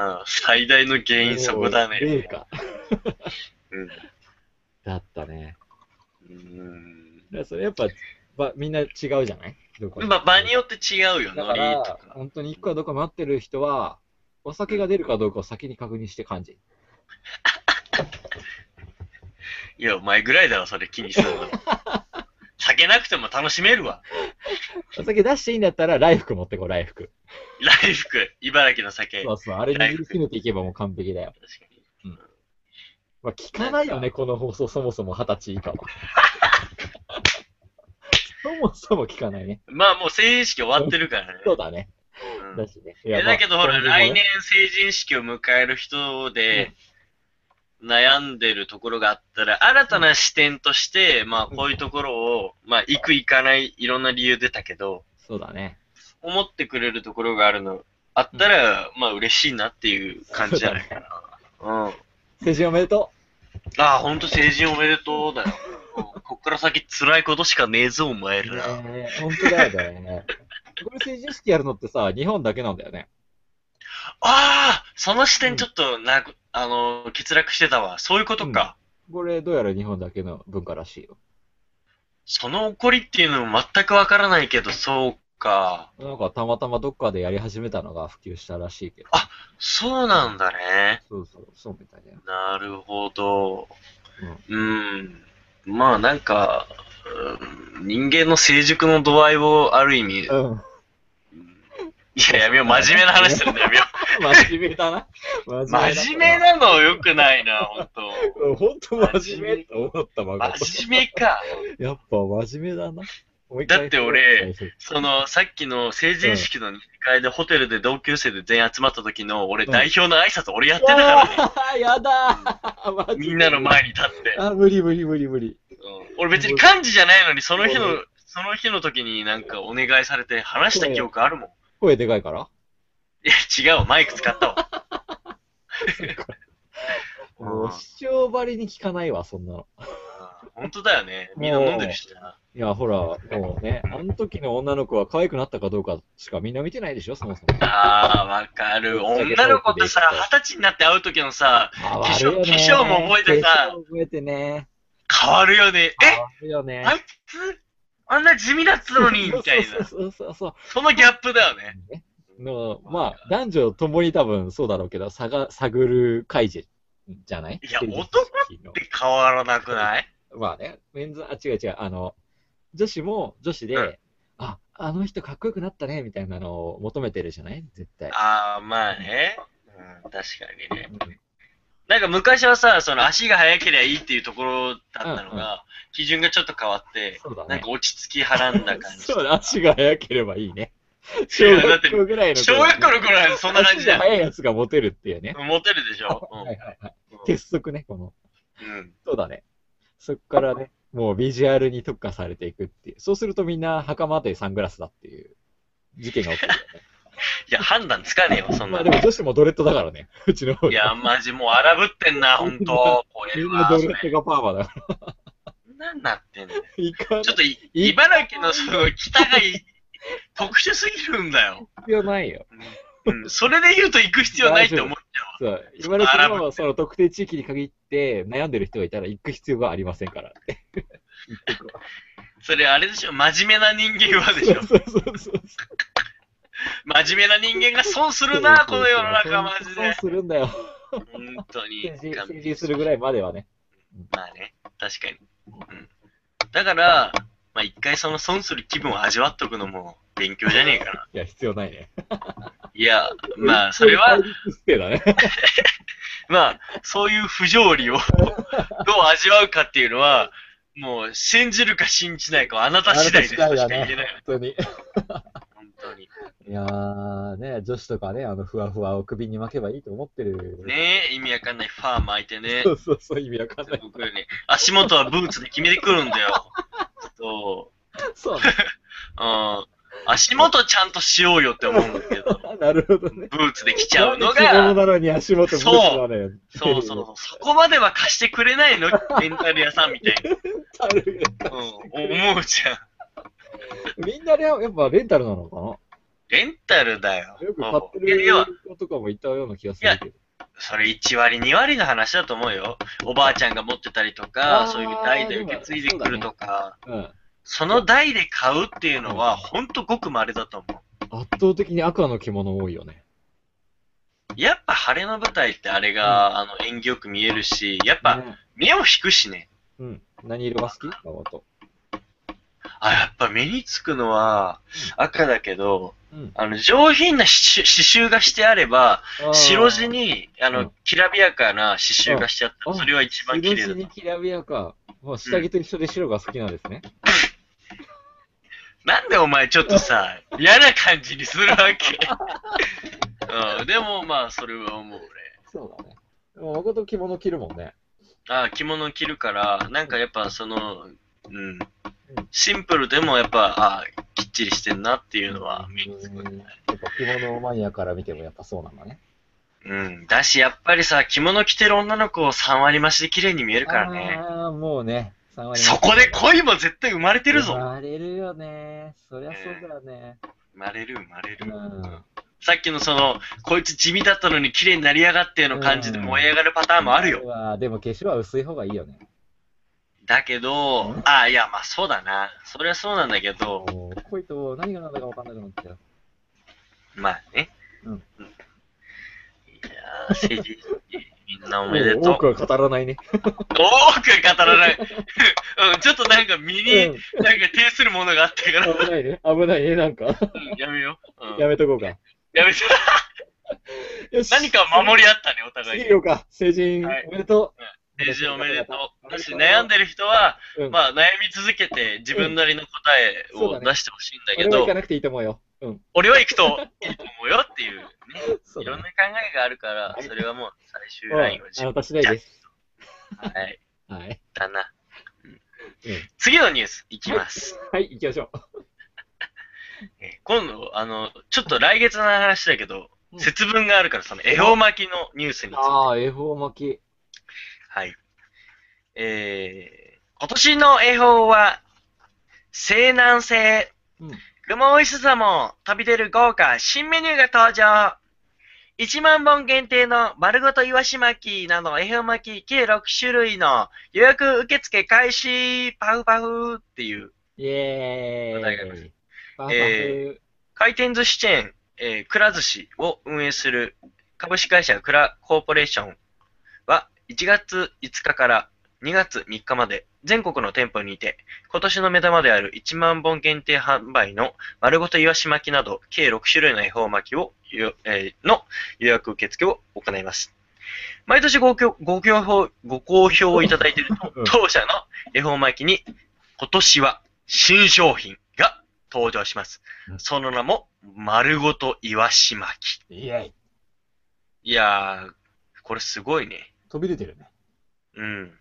うん。最大の原因そこだね。冷夏うん。だったね。うん。だからそれやっぱ、ばみんな違うじゃないどこにまあ、場によって違うだよ、ノかリらとか。本当に行くかどうか待ってる人は、お酒が出るかどうかを先に確認して感じ。いや、お前ぐらいだろ、それ気にす *laughs* るの。酒なくても楽しめるわ。お酒出していいんだったら、ライフク持ってこう、ライフク。ライフク、茨城の酒。そうそう、あれ握りしめていけばもう完璧だよ。確かに。まあ、聞かないよね、この放送、そもそも二十歳以下 *laughs* は。そもそも聞かないね。まあもう成人式終わってるからね。そうだね。うんだしね。いいやだけどほら、来年。成人式を迎える人で、悩んでるところがあったら、新たな視点として、まあこういうところを、まあ行く行かない、いろんな理由出たけど、そうだね。思ってくれるところがあるの、あったら、まあ嬉しいなっていう感じじゃ *laughs* ないかな。うん。成人おめでとああ、ほんと成人おめでとうだよ。うんこっから先辛いことしかねえぞ、お前う。ねら。え、本当だよね。これ成人式やるのってさ、日本だけなんだよね。ああその視点ちょっとなく、あの、欠落してたわ。そういうことか。これ、どうやら日本だけの文化らしいよ。その怒りっていうのも全くわからないけど、そうか。なんか、たまたまどっかでやり始めたのが普及したらしいけど。そうなんだね。そうそう、そうみたいだよ。なるほど。うん。まあなんか、うん人間の成熟の度合いをある意味、うん。いややめよう、真面目な話するのやめよ *laughs* 真面目だな。真う。*laughs* 真面目なの良くないな、本当うんほんと真面目って思ったまが。真面目か。やっぱ真面目だな。もう一回だって俺、その、さっきの成人式の2階でホテルで同級生で全員集まった時の、俺うん代表の挨拶俺やってたからね。ああ、やだー *laughs* みんなの。前に立って。マジであ、無理無理無理無理。うん俺別に漢字じゃないのに、その日うの、その日の時になんかお願いされて話した記憶あるもん。声でかいからいや、違うわ、マイク使った *laughs* わ。うんもう、視聴張りに聞かないわ、そんなの。うん本当だよね。みんな飲んでる人だな。いや、ほら、もうね、あの時の女の子は可愛くなったかどうかしかみんな見てないでしょ、そもそも。ああ、わかる。女の子ってさ、二十歳になって会う時のさ、変化粧化粧も覚えてさ化粧覚えてね。変わるよね。変えわるよね。あいつ、あんな地味だったのに、みたいそうな。そうそうそう。そのギャップだよね。のまあ、男女ともに多分そうだろうけど、差が探る会じじゃないいやテレビ男のって変わらなくないまあね、メンズ、あ、違う違う、あの、女子も女子で、うんあ、あの人かっこよくなったね、みたいなのを求めてるじゃない絶対。ああ、まあね。うん、確かにね。なんか昔はさ、その足が速ければいいっていうところだったうのんうが、基準がちょっと変わって、そうだなんねか。落ち着きはらんだ感じ。そうだ、足が速ければいいね。い小やだって学校ぐらいの小学校の頃はそんな感じ足がだよ。速いやつがモテるっていうね。モテるでしょ。はいはいはい。うん鉄則ね、この。うん。そうだね。そっからね、もうビジュアルに特化されていくっていう。そうするとみんな袴でサングラスだっていう事件が起きるよ *laughs* いや、判断つかねえよ、そね。んまなあので。も女子もドレッドだからね。うちの方いや、 *laughs* が。マジもう荒ぶって *laughs* んな、ほんと。これみんなはド。レッドがパーマだから。何なってんのいかないちょっとい、茨城のその北がい特殊すぎるんだよ。必要ないよ。うん、それで言うと行く必要ないって思っちゃうわ。そう。今のとこあらろ、その特定地域に限って悩んでる人がいたら行く必要がありませんから。それあれでしょ、真面目な人間はでしょ。 *laughs* そうそうそう。真面目な人間が損するな、この世の中、マジそうで。するんだよ。本当に成。人成人するぐらいまではね。まあね、確かに。うん、だから、まあ一回その損する気分を味わっとくのも勉強じゃねえかな。いや、必要ないね。いや、まあそれ *laughs* は大、陸ステイだね。まあ、そういう不条理 *laughs* をどう味わうかっていうのは、もう信じるか信じないかはあなた次第ですとしか言えない。本当に。本当に。いやー、ね、女子とかね、あの、ふわふわを首に巻けばいいと思ってる。ねえ、意味わかんないファー巻いてねそ。うそうそう、意味わかんない。僕よね、足元はブーツで決めてくるんだよ。 *laughs* そそうう。うん。足元ちゃんとしようよって思うんだけど、ね。 *laughs* なるほどね。ブーツで来ちゃうの着物が、なのに足元ブーツなのよ。そうそうそう、そこまでは貸してくれないのレンタル屋さんみたいあるな。うん、思うじゃん。 *laughs* みんなね、やっぱレンタルなのかレンタルだよ。なよく買ってうんいや要はる人とかもいたような気がするけど。それ1割、2割の話だと思うよ。おばあちゃんが持ってたりとあか、ーそういう代で受け継いでくるとか、うん。そ,、の代で買うっていうのは、ほんとごく稀だと思う。圧倒的に赤の着物多いよね。やっぱ晴れの舞台ってあれが、あの、演技よく見えるし、やっぱ、ね目を引くしね。うん。何色が好きかと。あ、やっぱ目につくのは赤だけど、うん。あの、上品な刺繍刺繍がしてあれば、白地に、あうのん、きらびやかな刺繍がしてあったあら、それは一番綺麗だ白地とに。きらびやか。もう下着と一緒で白が好きなんですね。なんでお前ちょっ *laughs* とさ、嫌な感じにするわけ。うん、でもまあ、それは思うね。そうだね。でも誠着物着るもんね。あ着物着るから、なんかやっぱその、うん、シンプルでもやっぱ、あきっちりしてんなっていうのは目につくう。んやっぱ着物マニアから見てもやっぱそうなんだね。うん、だしやっぱりさ、着物着てる女の子を3割増しで綺麗に見えるからね。ああ、もうね。3割そこで恋も絶対生まれてる生ぞ。まれるよね。そりゃそうだね。生まれる、生まれうる。ん。さっきのその、こいつ地味だったのに綺麗になりやがっての感じでうん燃え上がるパターンもあるよ。よ。でも化粧は薄い方がいいよね。だけど、あ、いや、まあそうだな。そりゃそうなんだけど、もう恋と何が何だか分かんなくなっちゃう。まあね。うんいやー、成人式、みんなおめでとう。多くは語らないね。多く語 *laughs* らない。うん、ちょっとなんか身に、うんなんか呈するものがあったから、危ないね。危ないね。なんか。うんやめよう。うん、やめとこうか。やめて。よし。何かを守り合ったね、お互い次に。行こうか。成人、はいおめでとデジおめでとおう。めもでとしう悩んでる人は、う。うん。まあ、悩み続けて自分なりの答えうんそうだをね出してほしいんだ俺けはど、行かなくていいと思うよ。うん。俺は行くといいと思うよっていう、ね、そういだろんねな考えがあるから、それはもう最終うんラインをあ自な分た次第です。はい、はい。だな。うんうん次のニュースいきます。はい、行きましょう。えー今度、あの、ちょっと来月の話だけどう、ん節分があるから、その恵方巻きのニュースについて。ああ、恵方巻き。はい。えー今年の恵方は、西南西、うんルモイスザも飛び出る豪華新メニューが登場。1万本限定の丸ごとイワシ巻きなど、恵方巻き計6種類の予約受付開始、パフパフっていう、イエーイ。話題がありますパンパンえ回転寿司チェーン、えーくら寿司を運営する株式会社くらコーポレーションは1月5日から2月3日まで全国の店舗にて今年の目玉である1万本限定販売の丸ごとイワシ巻きなど計6種類の恵方巻きをよ、えーの予約受付を行います。毎年ごきょごきょうほうご好評いただいているうん当社の恵方巻きに今年は新商品が登場しますうん。その名も丸ごとイワシ巻き。イエーイ。いやー、これすごいね。飛び出てるね。うん。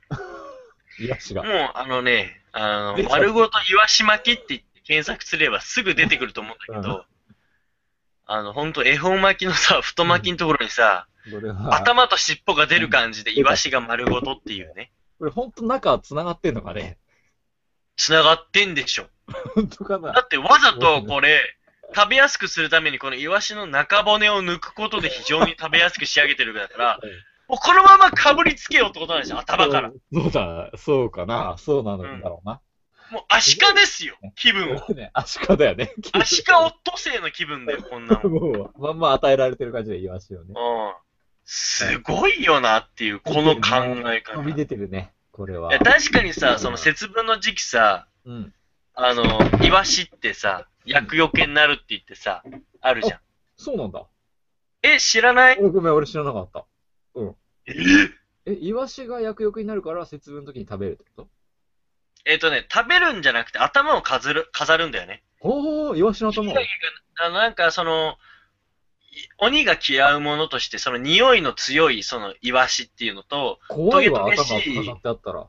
イワシもが。うあのね、あ出の、てた丸ごとイワシ巻きって言って検索すればすぐ出てくると思うんだけうど、あの、ほんと恵方巻きのさ、太巻きのところにさ、これは、頭と尻尾が出る感じでうんイワシが丸ごとっていうね。これほんと中は繋がってんのかね。繋がってんでしょ。ほんとかだな。ってわざとこれ、食べやすくするためにこのイワシの中骨を抜くことで非常に食べやすく仕上げてるからだから、もうこのままかぶりつけようってことなんでしょ、頭から。そうだ、そうかな。そうなのだろうな。もうアシカですよ、気分を。ね、アシカだよね。アシカオットセイの気分だよ、こんなの。うん。もう、まんま与えられてる感じでイワシをね。すごいよなっていう、この考え方。飛びい出てるね、これはや。確かにさ、その節分の時期さ、うん。あの、イワシってさ、厄除けになるって言ってさ、あるじゃん。そうなんだ。え、知らないおごめん、俺知らなかった。ええ、イワシが薬浴になるから節分の時に食べるってことえっとね、食べるんじゃなくて頭を飾る、飾るんだよね。おー、イワシの頭。鬼があの、なんかその、い鬼が嫌うものとして、その匂いの強い、その、イワシっていうのと、怖いわ、トゲト頭ゲしい飾ってあったら。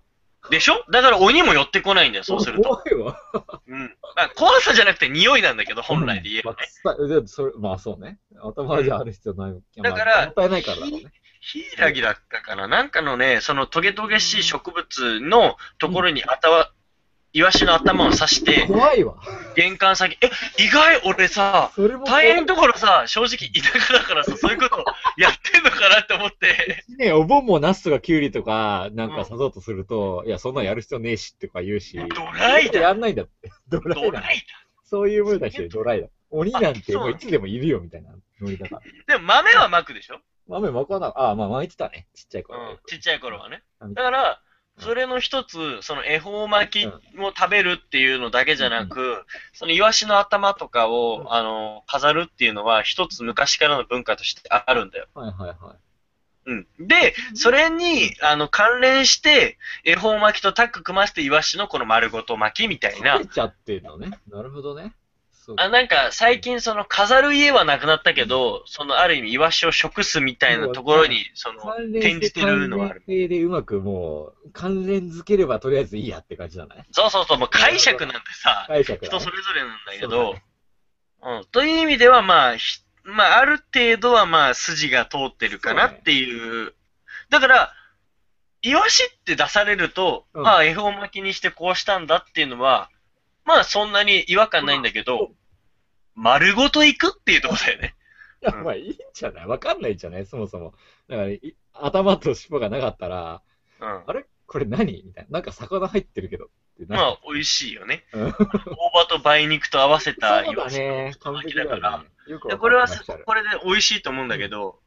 でしょだから鬼も寄ってこないんだよ、そうすると。怖いわ。うん。まあ、怖さじゃなくて匂いなんだけど、本来で言えばま。あ伝えでそれまあそうね。頭じゃある必要ない。だかまあらもったいないからだろうね。ヒイラギだったかななんかのね、そのトゲトゲしい植物のところに頭、イワシの頭を刺して、怖いわ。玄関先、え、意外俺さ、それも怖い大変ところさ、正直田舎だからさ、そういうことやってんのかなって思 *laughs* って。ね、お盆もナスとかキュウリとか、なんか刺そうとすると、いや、そんなんやる必要ねえしとか言うし。ドライだ。やんないんだって。 *laughs* ドラドイだ。ライそういう分だし、ドライだ。鬼なんてもうあそういつでもいるよみたいなノリだから。だ。でも豆はまくでしょ豆まかな、あまあ巻いてたね。ちっちゃい頃。うん、ちっちゃい頃はねうん。だから、うんそれの一つ、その恵方巻きを食べるっていうのだけじゃなく、そのイワシの頭とかうを、んあの、飾るっていうのは一つ昔からの文化としてあるんだよ。はいはいはい。うん。で、それに、あの、関連して、恵方巻きとタッグ組ませてイワシのこの丸ごと巻きみたいな食べ。ちゃってんのね。なるほどね。そうあなんか最近その飾る家はなくなったけど、そのある意味イワシを食すみたいなところに、その、関連性転じてるのはある。関連性でうまくもう、関連づければとりあえずいいやって感じじゃないそうそうそう、もう解釈なんてさ、解釈だ、人ね。それぞれなんだけそうど、うん、という意味では、まあ、ひまあ、ある程度は、まあ、筋が通ってるかなっていう。だから、イワシって出されると、うんああ、恵方巻きにしてこうしたんだっていうのは、まあ、そんなに違和感ないんだけど、丸ごといくっていうところだよね。いや、 *laughs* まあいいんじゃないわかんないじゃないそもそも。だから、い頭と尻尾がなかったら、うん。あれこれ何みたいな。なんか魚入ってるけど。ってなまあ、美味しいよね。うん大葉と梅肉と合わせたそうイだワシね。完璧だよだからね。よくでわこれかはさりましたこれで美味しいと思うんだけど、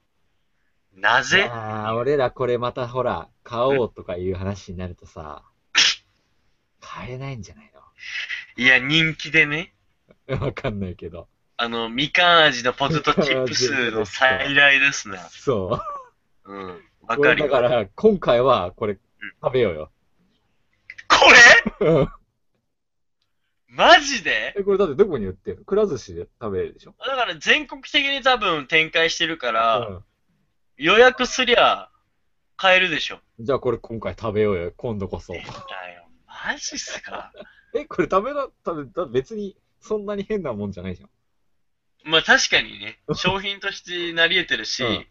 なぜああ、俺らこれまたほら、買おうとかいう話になるとさ、買えないんじゃないいや、人気でね。の *laughs* わかんないけど。あの、みかん味のポテトチップスの再来ですね。そう。うん。わかるだよ。かこれら、今回はこれ食べようよ。うんマジでえこれだってどこに売ってるくら寿司で食べれるでしょだから全国的に多分展開してるから、う予約すりゃ買えるでしょ。ん。じゃあこれ今回食べようよ。今度こそだ。よ。マジっす *laughs* か。え、これ食べな、食べ、だ別にそんなに変なもんじゃないじゃん。まあ確かにね、商品としてなり得てるし、うん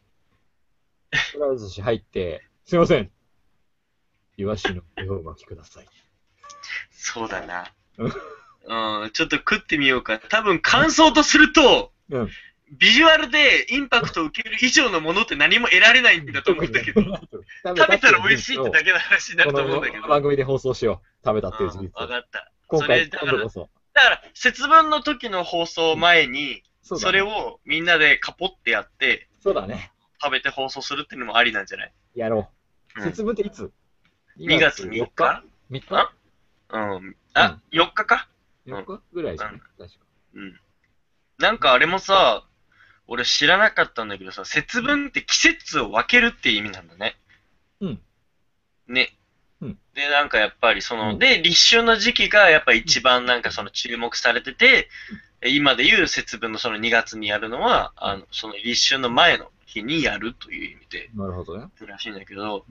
くら寿司入って、すいません。イワシの恵方巻きください。そうだな。ううん、ちょっと食ってみようか。多分感想とすると、うんビジュアルでインパクトを受ける以上のものって何も得られ *laughs* ないんだと思うん *laughs* だけど、食べたら美味しいってだけの話になると思うんだけこのど。番組で放送しよう。食べたっていう事分実を。かった。今それ回、だか今ら度こそ。だから、節分の時の放送前に、そうだねそれをみんなでカポってやって、そうだね。食べて放送するっていうのもありなんじゃない、やろう。うん節分っていつ ?2 月3日 ?3 日うん。あ、4日か ?4 日ぐらいじゃん。確か。うん。なんかあれもさ、俺知らなかったんだけどさ、節分って季節を分けるって意味なんだね。うん。ね。うんで、なんかやっぱりそうの、んで、立春の時期がやっぱ一番なんかその注目されてて、今で言う節分のその2月にやるのは、あの、その立春の前の日にやるという意味で、なるほどね。らしいんだけど、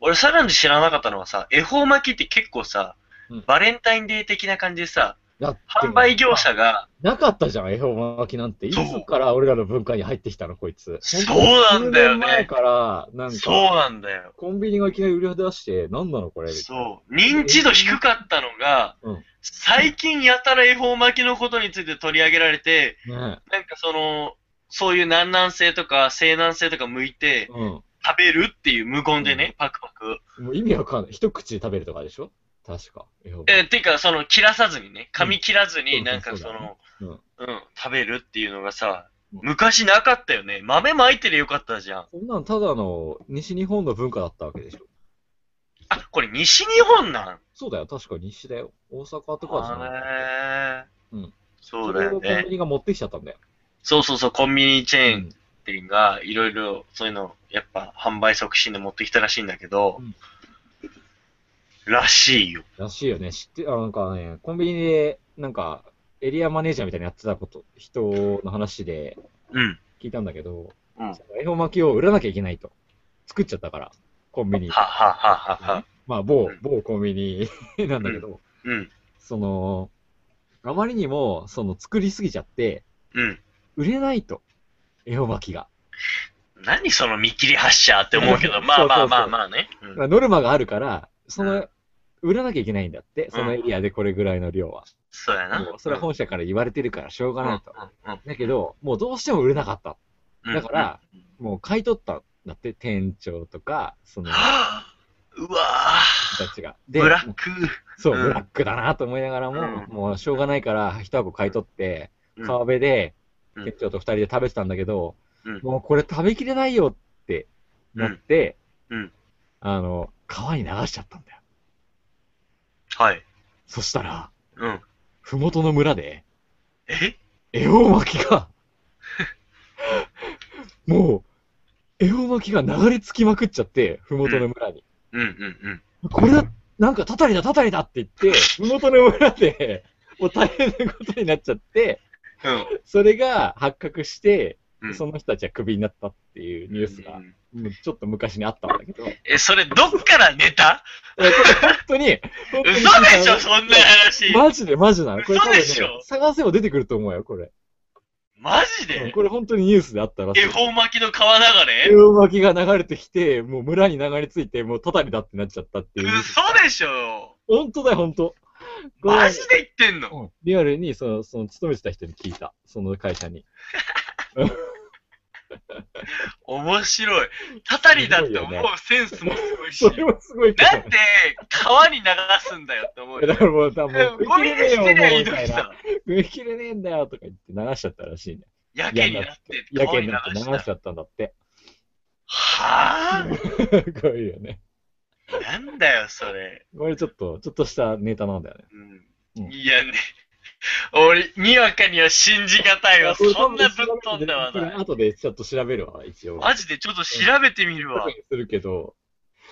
俺さらに知らなかったのはさ、恵方巻きって結構さうん、バレンタインデー的な感じでさ、だって販売業者が、なかったじゃん、恵方巻きなんて。いつそうから俺らの文化に入ってきたの、こいつ。そうなんだよ数年ね前から、なんそうか、なんだよ。コンビニがいきなり売り出して、なんなのこれ。そう。認知度低かったのが、うん最近やたら恵方巻きのことについて取り上げられて、ねなんかその、そういう南南性とか西南性とか向いてうん。も食べるっていう無言でね、パクパク。う意味わかんない。一口で食べるとかでしょ確か。恵方巻えーていうか、その、切らさずにね、噛み切らずうに、んなんかそそうだねの、うんうん、食べるっていうのがさ、うん昔なかったよね。豆巻いてりゃよかったじゃん。そんなんただの西日本の文化だったわけでしょ。あ、これ西日本なんそうだよ、確か西だよ。大阪とかじゃない。あれうんそうだそよれをコンねビ。ニが持ってきちゃったんだよ。そうそうそう、コンビニチェうーンんっていうのが、いろいろそういうのをやっぱ販売促進で持ってきたらしいんだけど、うんらしいよ。らしいよね。知って、あなんかね、コンビニで、なんか、エリアマネージャーみたいにやってたこと、人の話でうん。聞いたんだけど、うん。はその恵方巻きを売らなきゃいけないと。作っちゃったから、コンビニ。はははは。まあ、某うん、某コンビニ *laughs* なんだけど、うん。その、あまりにも、その、作りすぎちゃって、うん。売れないと。恵方巻きが。何その見切り発車って思うけど、まあまあまあまあね。うんまあノルマがあるから、そうのん、売らなきゃいけないんだって、そのエリアでこれぐらいの量は。そうやなもう。それは本社から言われてるからしょうがないと。うんうんだけど、もうどうしても売れなかった。うんだからうんはもう買い取ったんだって、店長とか、その人あうわたちが。ぁ。で、ブラッもク。うそう、うんブラックだなと思いながらも、うんもうしょうがないから、一箱買い取って、うん川辺で、うん店長と二人で食べてたんだけど、うんもうこれ食べきれないよってなって、うんうんあの、川に流しちゃったんだよ。はい。そしたら、うん。ふもとの村で、え恵方巻き *laughs* が、もう、恵方巻きが流れ着きまくっちゃって、ふもとの村に。うんうんうん。これだ、なんかたたりだ、たたりだって言って、ふもとの村 *laughs* で、もう大変なことになっちゃって、うんそれが発覚して、うん。その人たちはクビになったっていうニュースがう、んもうちょっと昔にあったんだけど、え、それどっからネタこれ本当に、本当に嘘でしょ、そんな話。マジで、マジなの。これ多分ね嘘でしょ、探せば出てくると思うよ、これ。マジでこれ本当にニュースであったらしい恵。方巻きの川流れ恵方巻きが流れてきて、もう村に流れ着いて、もうたたりだってなっちゃったっていう。嘘でしょ本当だよ、本当。これマジで言ってんのうんリアルに、その、その、勤めてた人に聞いた。その会社に。面白い。たたりだって思うセンスもすごいし。そなんれもすごいけど。で川に流すんだよって思ういやよだ。からもう、だからもう、食いゴ切ミれねでえよ、捨もう、てりみたいな。食ゃいいのにさ。い切れねえんだよ、とか言って流しちゃったらしいね。やけになってや川けにに流なって流し。したちゃったんだって。はぁす *laughs* ごいよね。なんだよ、それ。これちょっと、ちょっとしたネタなんだよね。うんいやね。俺、にわかには信じがたいわ。これそんなぶっ飛んだわこれな。後でちょっと調べるわ、一応。マジでちょっと調べてみるわ。するけど、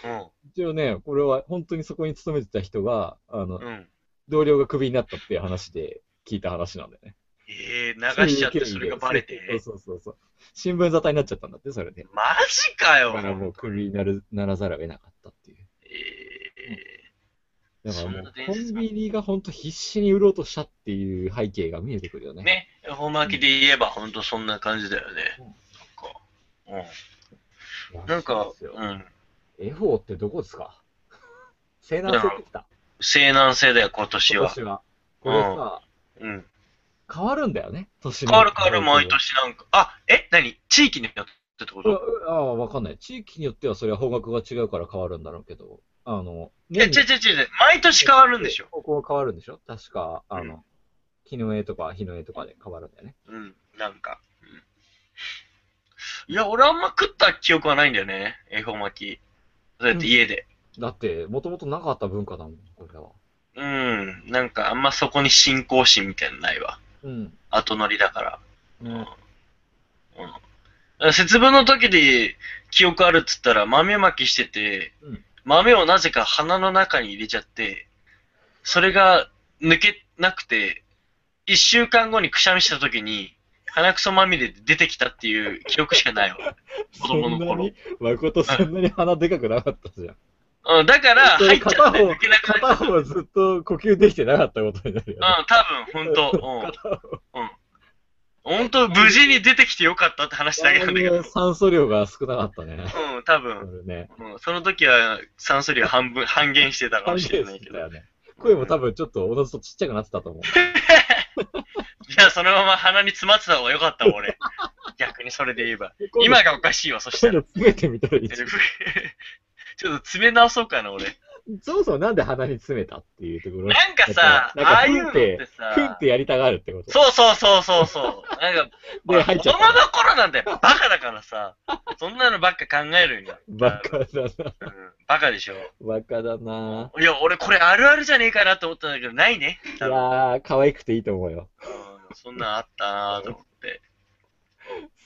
うん。一応ね、これは本当にそこに勤めてた人が、あの、うん。同僚がクビになったっていう話で聞いた話なんだよね。えー、流しちゃってそれがバレて。そうそうそうそう。新聞沙汰になっちゃったんだって、それで。マジかだからよ。もうクビになるならざるを得なかったっていう。えだからもそんうな伝コン説がビニが本当必死に売ろうとしたっていう背景が見えてくるよね。ー、ね、恵まきで言えば本当そんな感じだよね。なんか、いやうん。なんかそうで、すようん。恵方ってどこですか西南西ってきた。西南西だよ、今年今は。年は。これさ、うん。変わるんだよね、年に変わる変わる、毎。年なんか。あ、え何地域によってってこうと、わうわああ、わかんない。地域によってはそれは方角が違うから変わるんだろうけど、あの、え、違う年に違う違う。毎年変わるんでしょ。方向変わるんでしょ確か、あうの、木の絵とか日の絵とかで変わるんだよね。うん、なんか。うんいや、俺あんま食った記憶はないんだよね。恵方巻き。そうやって家で。だって、もともとなかった文化だもん、これは。うん、なんかあんまそこに信仰心みたいなのないわ。うん。後乗りだから。ね、うん。節分の時で記憶あるっつったら豆まきしてて、うん豆をなぜか鼻の中に入れちゃって、それが抜けなくて、一週間後にくしゃみした時に、鼻くそまみれで出てきたっていう記憶しかないわ。子供の頃そんなに、誠そんなに鼻でかくなかったじゃん。うん、だから、そ入れっちゃって抜けなくなっちゃ片方ずっと呼吸できてなかったことになるよね。う。うん、多分、ほんと。うん。うん。ほんと、無事に出てきてよかったって話だけなんだけど。酸素量が少なかったね。うん、多分。これね。うん、その時は酸素量半分、半減してたかもしれないけど。いだよね。声も多分ちょっとおのずとちっちゃくなってたと思う。や、そのまま鼻に詰まってた方が良かったわ、 *laughs* 俺。逆にそれで言えば。 *laughs* 今がおかしいわ、そした今ら。度詰めてみたらいいじゃん。 *laughs* ちょっと詰め直そうかな、俺。そもそもなんで鼻に詰めたっていうところ。なんかさ、なんあかあいうのってふんっさ、てやりたがるってこと。そうそうそうそうそう。なんか、 *laughs* で、入っちゃっ子供た。の頃なんてバカだからさ、そんなのばっか考えるんだ。バカだな。うん、バカでしょ。バカだな。いや、俺これあるあるじゃねえかなと思ったんだけど、ないね。い多や分ー、可愛くていいと思うよ。うんそんなんあったなぁと思って。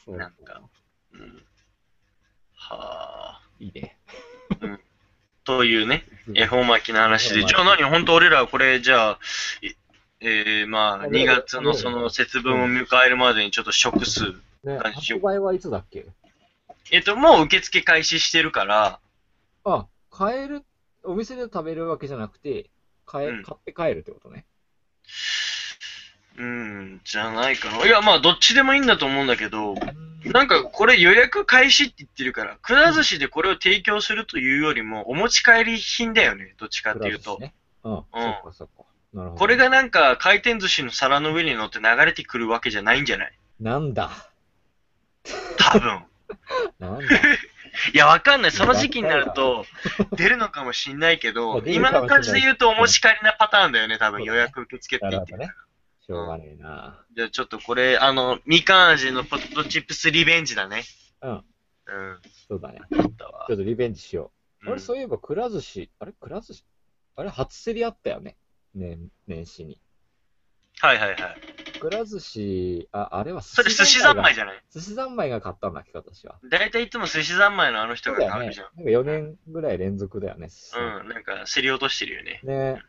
そうなんか。うんはあ。いいね。というね、恵方巻きの話で。じゃあ何本当俺らこれ、じゃあ、いえー、まあ、あり2がとう月のその節分を迎えるまでにちょっと食数。ね、何しよう発売はいつだっけえっと、もう受付開始してるから、あ、買える、お店で食べるわけじゃなくて、買え、うん買って帰るってことね。うん、じゃないかな。いや、まあ、どっちでもいいんだと思うんだけど、なんかこれ予約開始って言ってるから、くら寿司でこれを提供するというよりも、お持ち帰り品だよね、どっちかっていうと。ね。うん、そっかそっか。なるほど。これ、がなんか回転寿司の皿の上に乗って流れてくるわけじゃないんじゃないなんだ。多分。なんだ。 *laughs* いや、わかんない。その時期になると、 *laughs* 出るのかもしんないけまあど、出る今かもしんないの感じで言うとお持ち帰りなパターンだよね、多分。そうだ予ね約受付ってなる言ほってど。ね。しょうがねえな。じゃあちょっとこれ、あの、みかん味のポテトチップスリベンジだね。うんうん。そうだね。だわちょっとリベンジしよう。あうんれ、そういえば、くら寿司、あれ、くら寿司、あれ、初競りあったよね。年、年始に。はいはいはい。くら寿司、あ、あれはそれ寿司三昧じゃないゃ寿司三昧が買ったんだっけ、私は。だいたいいつも寿司三昧のあの人そうだがよ食べね。るじゃん。なんか4年ぐらい連続だよね。寿司三昧うん、なんか競り落としてるよね。ね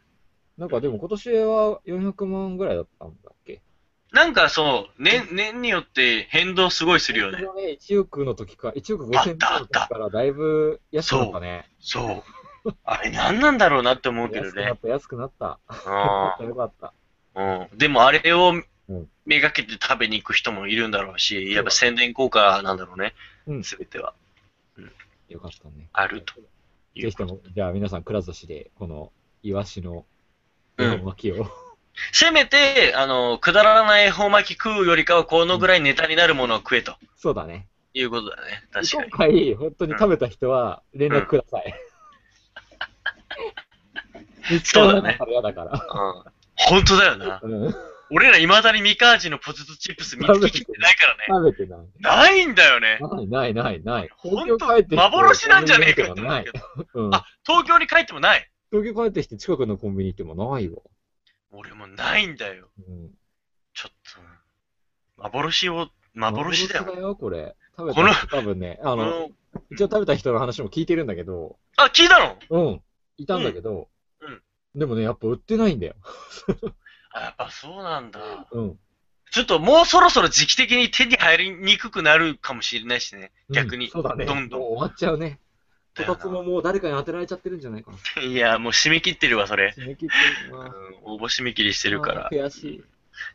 なんかでも今年は400万ぐらいだったんだっけなんかそう、年、年によって変動すごいするよね。僕がね1億の時か、1億5000万の時からだいぶ安くなったね。そう。あれ何なんだろうなって思うけど安くなねっ。た、安くなった。うん。よかった。うん、でもあれをうんめがけて食べに行く人もいるんだろうし、やっぱそ宣伝効果なんだろうねうん、すべてはよかったね。あるといぜうひとも、じゃあ皆さん、くら寿司で、この、イワシの、うん巻きを、せめて、あの、くだらない恵方巻き食うよりかは、このぐらいネタになるものを食えと *laughs* そうだね。いうことだね。確か今に。回、本当に食べた人は、連絡ください。 *laughs* 見つからなかったら嫌だから。うん。本当だよな。うん俺ら未だにミカ味のポテトチップス見つけきってないからね。食べてない。ないんだよね。ないないないない。ほん東と京帰ってきて幻なんじゃねえかってなないい。。うんあ東京に帰ってもない。東京帰ってきて近くのコンビニ行ってもないわ。俺もないんだよ。うん、ちょっと、幻を、幻だよ。幻だよ、これ。食べた人多分ね、ああの、の、一応食べた人の話も聞いてるんだけど、あ、聞いたのうん、いたんだけど、うんでもね、やっぱ売ってないんだよ。あ、やっぱそうなんだ。うん。ちょっともうそろそろ時期的に手に入りにくくなるかもしれないしね。逆うに。んそうだね。どんどんもう終わっちゃう *laughs* ね。だこよなたつももう誰かに当てられちゃってるんじゃない *laughs* かな。いや、もう締め切ってるわ、それ。締め切ってるうんな。、応募締め切りしてるからあ。ー悔しい。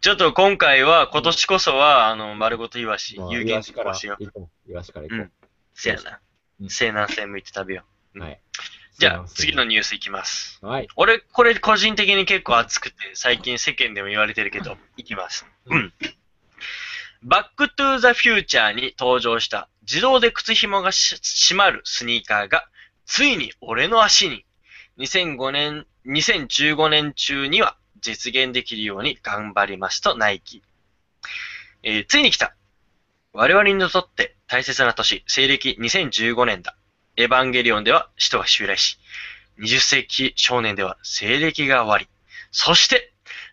ちょっと今回は、今年こそは、あの、丸ごとイワシま、あ有イ言ワシ実から行しよう。行こう。イワシから行こう。せやなう。ん西南西向いて食べよう。はいじゃあ、次のニュースいきます。はい。俺、これ個人的に結構熱くて、最近世間でも言われてるけど、いきます。うん。バックトゥーザフューチャーに登場した自動で靴紐がし閉まるスニーカーが、ついに俺の足に、2005年、2015年中には実現できるように頑張りますとナイキ。えーついに来た。我々にとって大切な年、西暦2015年だ。エヴァンゲリオンでは使徒が襲来し、20世紀少年では西暦が終わり、そして、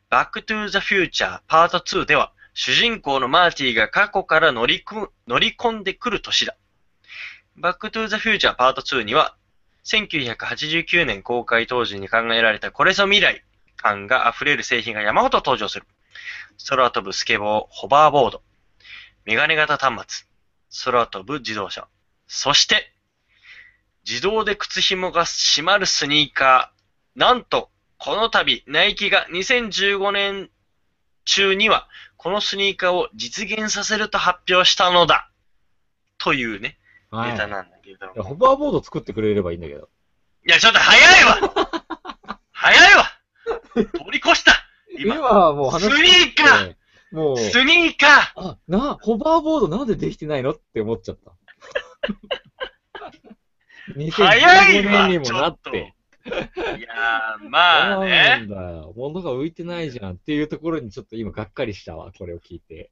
バックトゥーザフューチャーパート2では、主人公のマーティが過去から乗りく乗り込んでくる年だ。バックトゥーザフューチャーパート2には、1989年公開当時に考えられたこれぞ未来感が溢れる製品が山ほど登場する。空飛ぶスケボー、ホバーボード、メガネ型端末、空飛ぶ自動車、そして、自動で靴紐が閉まるスニーカー。なんと、この度、ナイキが2015年中には、このスニーカーを実現させると発表したのだ。というね、はい。ネタいなんだけど。やホバーボード作ってくれればいいんだけど。いや、ちょっと早いわ *laughs* 早いわ通り越した今今はもうス話しニーカーて、もう、スニーカあ、な、ホバーボードなんでできてないのって思っちゃった。早い2015わ年にもなっ。ちょってーいやー、まなあね。んだよ。物が浮いてないじゃんっていうところにちょっと今がっかりしたわ、これを聞いて。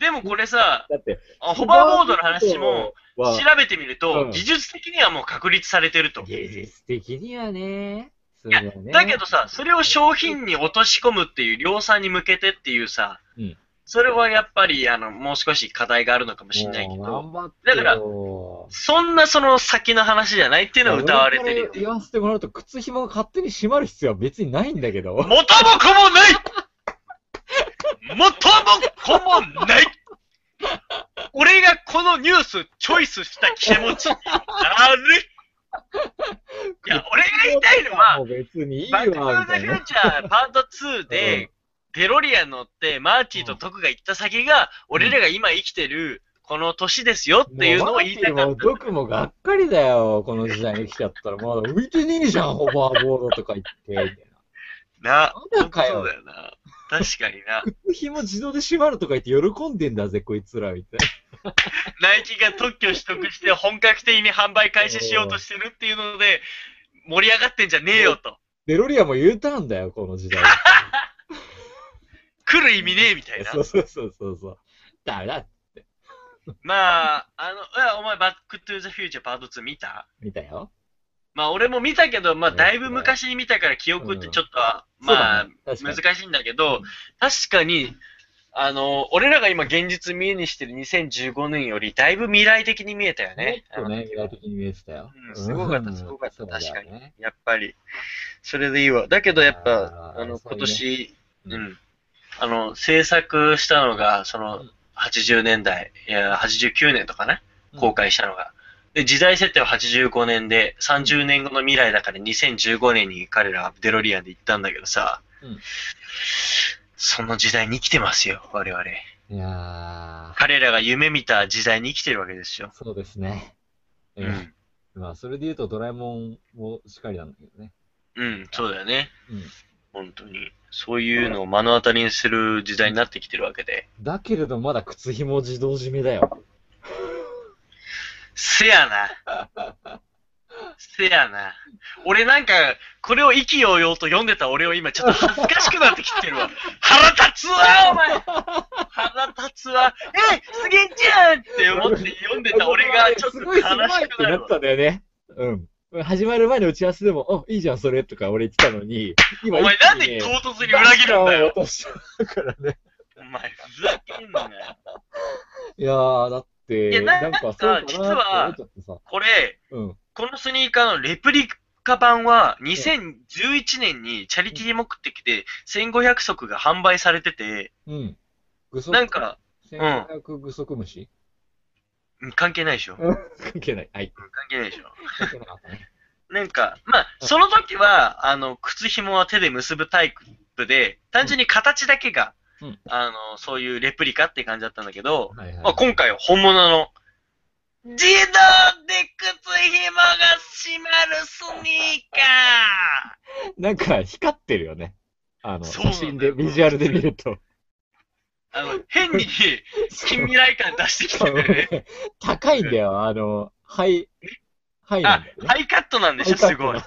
でもこれさ、だって、あホバーボードの話も、ホバーボード調は、べてみると、うん技術的にはもう確立されてると。芸術的にはね、そいやれはね。だけどさ、それを商品に落とし込むっていう量産に向けてっていうさ、うんそれはやっぱりあのもう少し課題があるのかもしれないけど、もう頑張ってだからよそんなその先の話じゃないっていうのは歌われてるいや俺よから。言わせてもらうと、靴紐が勝手に閉まる必要は別にないんだけど。元も子もない元も子もない俺がこのニュースチョイスした気 *laughs* 持ちになるいや、俺が言いたいの *laughs* は、もう別にいいバわ、みたックトゥーザフいューな。チャーパート2で、デロリアン乗って、マーティーとトクが行った先が、俺らが今生きてる、この年ですよっていうのを言いたかもっう僕もがっかりだよ、この時代に来ちゃったら。まだ浮いてねえじゃん、ホバーボードとか言って。みたい *laughs* た。な、な本ん当かそうよだ。よな。確かにな。靴紐自動で閉まるとか言って喜んでんだぜ、こいつら、みたいナイキが特許取得して本格的に販売開始しようとしてるっていうので、盛り上がってんじゃねえよと。 *laughs* な。デロリアンも U ターンだよ、この時代。来る意味ねえみたいなそ。うそうそうそうそう。ダメだ、まあ、あの、いやお前バックトゥーザフューチャーパート2見た見たよ。まあ俺も見たけど、まあだいぶ昔に見たから記憶ってちょっとは、まあ、そうだね、確か難しいんだけうどん、確かに、あの、俺らが今現実見えにしてる2015年より、だいぶ未来的に見えたよに。ね。もっとあのね、時未は来的に見えてたよ。うんすごかったすごかったうんそうだよ確かね。やっぱり、それでいいわ。だけどやっぱあ、ーあの、そういうね今年、うんうん。あの、制作したのが、そのうん、 80年代、いや、89年とかね、公開したのが。で、時代設定は85年で、30年後の未来だから2015年に彼らはデロリアンで行ったんだけどさ、うんその時代に生きてますよ、我々。いや彼らが夢見た時代に生きてるわけですよー、。そうですね。ううんん。まあ、それで言うとドラえもんもしかりなんだけどね。うん、そうだよね。うん。本当に。そういうのを目の当たりにする時代になってきてるわけで。だけれどまだ靴紐自動締めだよ。せやな。せやな。俺なんか、これを意気揚々と読んでた俺を今ちょっと恥ずかしくなってきてるわ。腹立つわ、お前腹立つわ。え、すげえじゃんって思って読んでた俺がちょっとす悲ごいしすごいっくてななるっわ。たんだよね。うん。始まる前の打ち合わせでも、あ、いいじゃん、それとか俺言ってたのに、お今前なんで唐突に裏切るんだよ。落としたからね。お前ふざけんなよ。いやー、だって、いやななんかそうかなって実思はっちゃってさ。これ、うん。このスニーカーのレプリカ版は2011年にチャリティー目的で1500足が販売されてて、うん。具足なんか、 1500具足虫、うん関係ないでしょ。う関ん、関係ない。はい。係ないでしょ。関係なかった *laughs* ね。なんか、まあ、その時は、あの、靴紐は手で結ぶタイプで、単純に形だけが、うんあの、そういうレプリカって感じだったんだけど、はいはい。まあ、今回は本物の自動で靴紐が閉まるスニーカなんか光ってるよね。あの、そうな写んだよ真で、ビジュアルで見ると。ーあの、変に近未来感出してきてる *laughs* ね。高いんだよ、あの、ハイ、ハイなんあだよ、ね。ハイカットなんでしょ、すごい。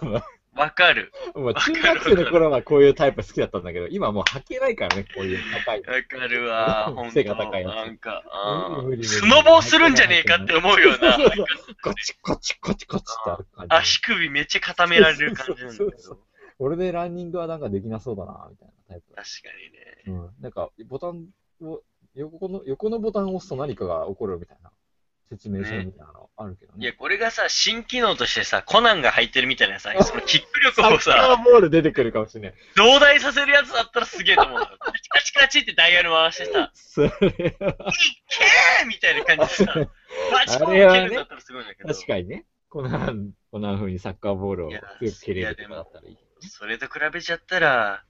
わかる。もう中学生の頃はこういうタイプ好きだったんだけど、今もう履けないからね、こういう高い。わかるわ、ほんと。 *laughs* 背が高いやつなんか、あー無理無理無理スノボーするんじゃねえかって思うような。そうそうそうこっちこっちこっちこっちってある感じ。足首めっちゃ固められる感じなんだけど。そうそうそう確俺でランニングはなんかできなそうだな、みたいなタイプだ。かにね。うん。なんか、ボタンを、横の、横のボタンを押すと何かが起こるみたいな、説明書みたいなのあるけどいね。や、これがさ、新機能としてさ、コナンが入ってるみたいなさ、そのキック力を *laughs* サッさ、カーボール出てくるかもしれない。増大させるやつだったらすげえと思うよ。カチカチカチってダイヤル回し *laughs* てさ、それは、けーみたいな感じでさ、バチコンあ蹴れはねるんだったらすごいんだけど、確かにね。こんな、こんな風にサッカーボールを強く蹴れるとかだったらいい。それと比べちゃったら、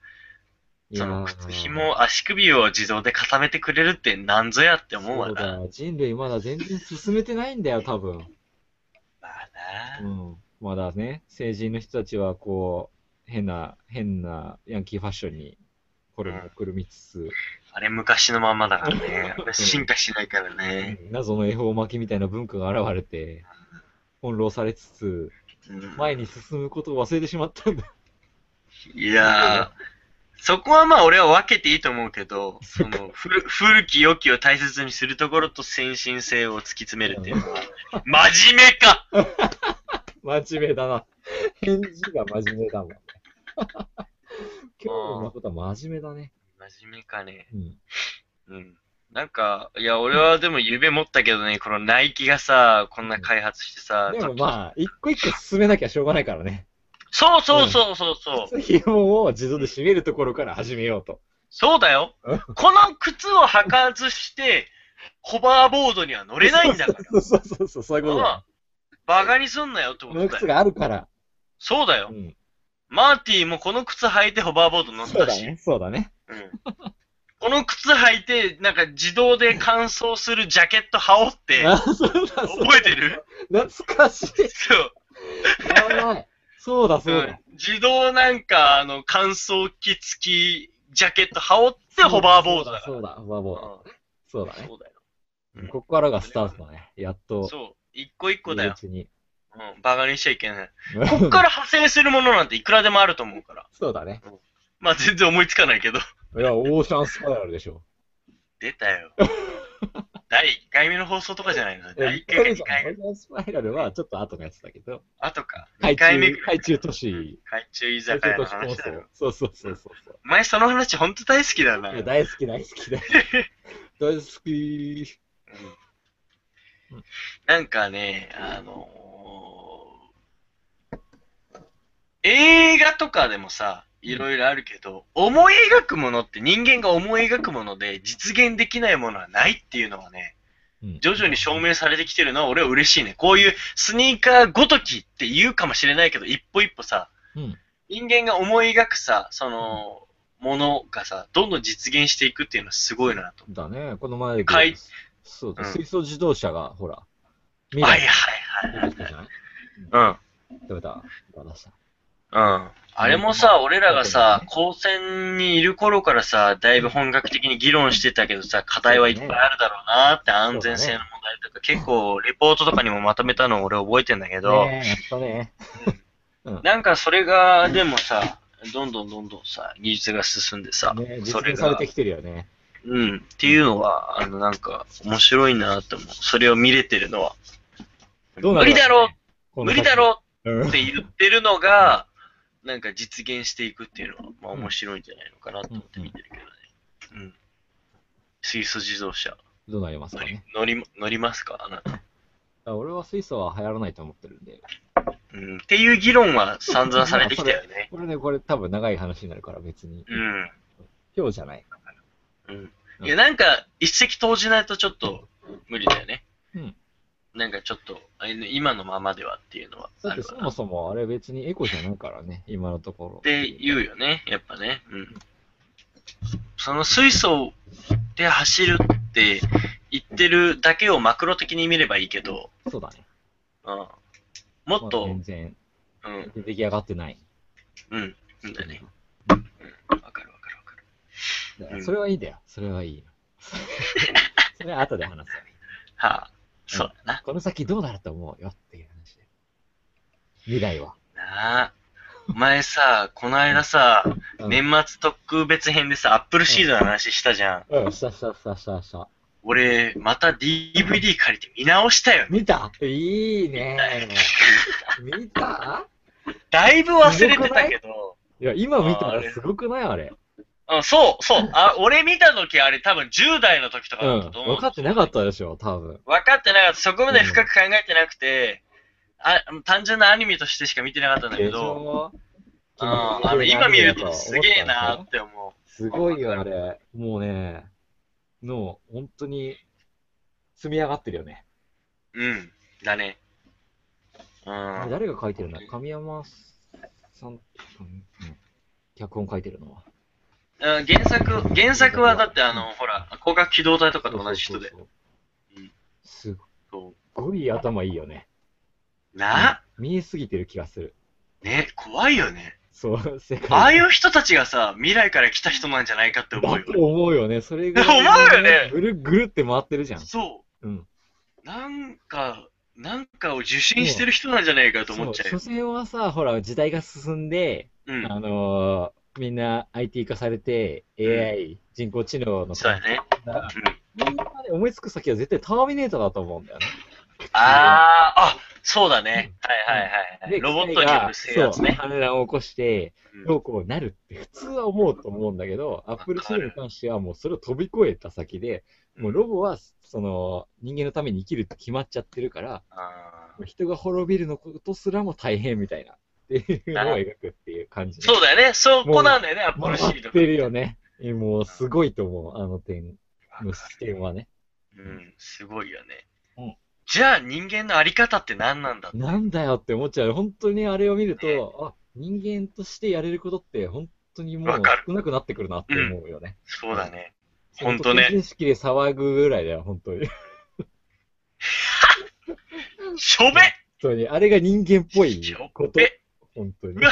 いやそのー靴紐、足首を自動で固めてくれるってなんぞやって思うわそうだな。よ人類まだ全然進めてないんだよ、多分。まあうな。ん。まだね、成人の人たちはこう、変な、変なヤンキーファッションに、これもくるみつつ、あれ昔のまんまだからね。進化しないからね。謎の恵方巻きみたいな文化が現れて、翻弄されつつ、うん前に進むことを忘れてしまったんだ。 *laughs* いやー、そこはまあ俺は分けていいと思うけど、その *laughs* 古古き良きを大切にするところと先進性を突き詰めるっていう *laughs* のは、真面目か真面目だな。返事が真面目だ *laughs* もんね。今日のことは真面目だね。真面目かね。うん。うん。なんか、いや俺はでも夢持ったけどね、このナイキがさ、こんな開発してさ、でもまあ、一個一個進めなきゃしょうがないからね。そうそうそうそうそう。紐を自動で締めるところから始めようと。そうだようん。この靴を履かずして、ホバーボードには乗れないんだから。そうそうそうそう、そういうことだ。バカにすんなよってこことのだ靴よ。があるから。そうだよう。ん。マーティもこの靴履いてホバーボード乗っそうただし。ね。そうだね。うんこの靴履いて、なんか自動で乾燥するジャケット羽織って、あ、そうだ、そう覚えてる懐かしい。そう。やばい。そうだ、そうだ。うん自動なんか、あの、乾燥機付きジャケット羽織ってホバーボードだから。そうだ、ホバーボード。うそうんだね。そうだよ。うんここからがスタートだね。やっと。そう。一個一個だよ。入りうん。バカにしちゃいけない。 *laughs* 口に。こっから派生するものなんていくらでもあると思うから。そうだね。まあ全然思いつかないけど。 *laughs* いや、オーシャンスパイラルでしょ。出 *laughs* たよ。第1回目の放送とかじゃないいのや第一1回回か2じゃ回んオーシ目。ャンスパイラルはちょっと後のやつだけど。あとか。海2回目中ぐ、らい。海中都市。海中居海酒中屋都の市話だ構よ。想。そうそうそうそうそう。お前その話ほんと大好きだな。いや大好き大好き大 *laughs* 好き大好きうんうんなんかね、あのー映画とかでもさ、いろいろあるけど、思い描くものって人間が思い描くもので実現できないものはないっていうのはね、徐々に証明されてきてるのは俺は嬉しいね。こういうスニーカーごときって言うかもしれないけど、一歩一歩さ、うん人間が思い描くさ、その、ものがさ、どんどん実現していくっていうのはすごいなと。だねこの前でかいそうだ、うん水素自動車がほら未はい来はい出はい。てきたじゃないうん。トヨタが出したうん。あれもさ、俺らがさ、高専にいる頃からさ、だいぶ本格的に議論してたけどさ、課題はいっぱいあるだろうなって、安全性の問題とか、結構レポートとかにもまとめたのを俺覚えてんだけど、ねえやったねなんかそれが、でもさ、どんどんどんどんさ、技術が進んでさ、ねそ実れ現されがて、きてるよねうん、っていうのは、あの、なんか、面白いなって思う。それを見れてるのは。どうな無る理だろこのう無先理だろううんって言ってるのが、なんか実現していくっていうのは、まあ面白いんじゃないのかなと思って見てるけどね。うん。水素自動車。どうなります乗かりね、乗り、乗りますかあなた。あ俺は水素は流行らないと思ってるんでうん。っていう議論は散々されてき *laughs* たよね。これねこれ多分長い話になるから別にうん。今日じゃないうんうんいや、なんか、一石投じないとちょっと無理だよね。うんなんかちょっと、あれね今のままではっていうのはだあってるそかもな。っそもあれ別にエコじゃないからね今のところて言うよね、やっぱね。うん。その水素で走るって言ってるだけをマクロ的に見ればいいけど、そうだね。うん、もっまとだ、全然、うん、出来上がってない。うん、うんだね。うんわかるわかるわかる。だからそれはいいんだよ。それはいい *laughs* よ。それは後で話すよ。はあ、そうだな。この先どうなると思うよっていう話で。未来は。なあ。お前さ、この間さ、年末特別編でさ、アップルシードの話したじゃん。うん、したしたしたしたした。俺、また DVD 借りて見直したよね。見たいいね。見ただいぶ忘れてたけど。いや、今見たああられすごくないあれ。うん、そう、そう。あ、俺見た時あれ多分10代の時とかうだっんたと。思う。分かってなかったでしょ、多分。分かってなかった。そこまで深く考えてなくて、あ単純なアニメとしてしか見てなかったんだけど、うん、あの今見るとすげえなーって思すごいよ、あれ。もうね、の、本当に、積み上がってるよね。う。うん、だね。うん。誰が書いてるんだ神山さん、うん脚本書いてるのは。うん原作、原作はだってあの、ほら、広角機動隊とかと同じ人でそ。うそうそううんすっそごい頭いいよね。うな、見えすぎてる気がする。ね、怖いよね。そう、世界。ああいう人たちがさ、未来から来た人なんじゃないかって思うだよ。と思うよね。それが、思うよねぐるぐるって回ってるじゃん。そうん。う。なんか、なんかを受信してる人なんじゃないかと思っちゃう所よ。詮はさ、ほら、時代が進んで、うん。あのーみんな IT 化されて、AI、人工知能のそうだね。だうん。みんなね思いつく先は絶対ターミネーターだと思うんだよね。ああ、あ、そうだね。はいはいはいはでい。ロボットによる制圧機械ね。がそう反乱を起こして、うどんうこうなるって普通は思うと思うんだけど、アップルシールに関してはもうそれを飛び越えた先で、もうロボはその人間のために生きるって決まっちゃってるから、あー人が滅びるのことすらも大変みたいな、っていうのを描くっていう感じ。そうう、だよね。そこなんだよね、アップルシ回ーっドてるよね。えもうすごいと思う、あの点のわ視か点はね。るうん、すごいよね。うんじゃあ人間のあり方って何なんだってなんだよって思っちゃう。本当にあれを見るねと、あ、人間としてやれることって本当にもうわかる少なくなってくるなって思うよね。そうだね。本本当当ね意識で騒ぐぐらいだよ、本当に。 *laughs* しょべ本当に。あれが人間っぽいしょことべ。本当にう。わ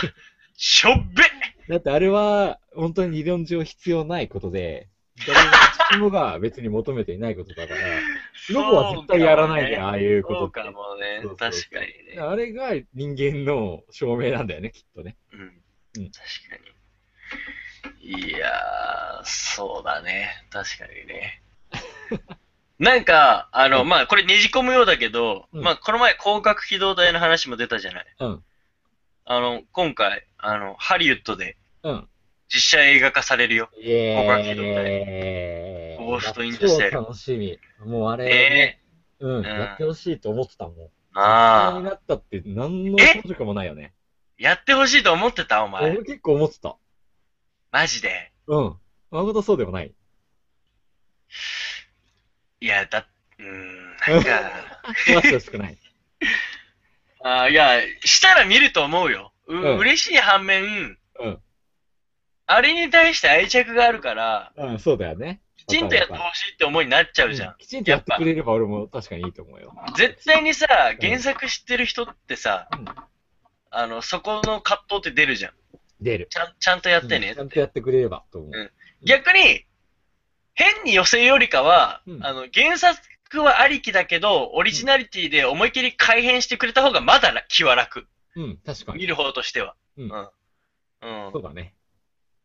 しょべだってあれは、本当に理論上必要ないことで、誰もが別に求めていないことだ *laughs* から、ロボは絶対やらないで、ああいうこそとっうて。かもねそうそう。確かにね。あれが人間の証明なんだよね、きっとね。うんうん。確かに。いやー、そうだね。確かに *laughs* ね。なんか、あの、うんまあ、これねじ込むようだけど、うんまあ、この前、広角機動隊の話も出たじゃない。うん。あの、今回、あの、ハリウッドでうん。実写映画化されるよ。え僕は聞いたことないえー。ゴーストインザシェル超楽しみ。もうあれ、えうん、んやってほしいと思ってたもん。気にああ、なったって何のえ補助もないよね。やってほしいと思ってたお前俺。結構思ってた。マジで。うん。誠そうでもない。いや、だ、うーん、な *laughs* んか、壊してほしくない。あーいや、したら見ると思うよ。う、うん嬉しい反面、うん。あれに対して愛着があるから、 *laughs* うん、そうだよね。きちんとやってわかるほしいって思いになっちゃわうじかゃるんうん。きちんとやってくれれば俺も確かにいいと思うよ。絶対にさ、原作知ってる人ってさ、うんあの、そこの葛藤って出るじゃん。出る。ちゃん、ちゃんとやってねうんちゃんとやってくれればと思う。うん逆に、変に寄せよりかは、うんあの、原作はありきだけど、オリジナリティで思い切り改変してくれた方がまだら気は楽。うん、確か見に。る方としては。ううんん。うんそうだね。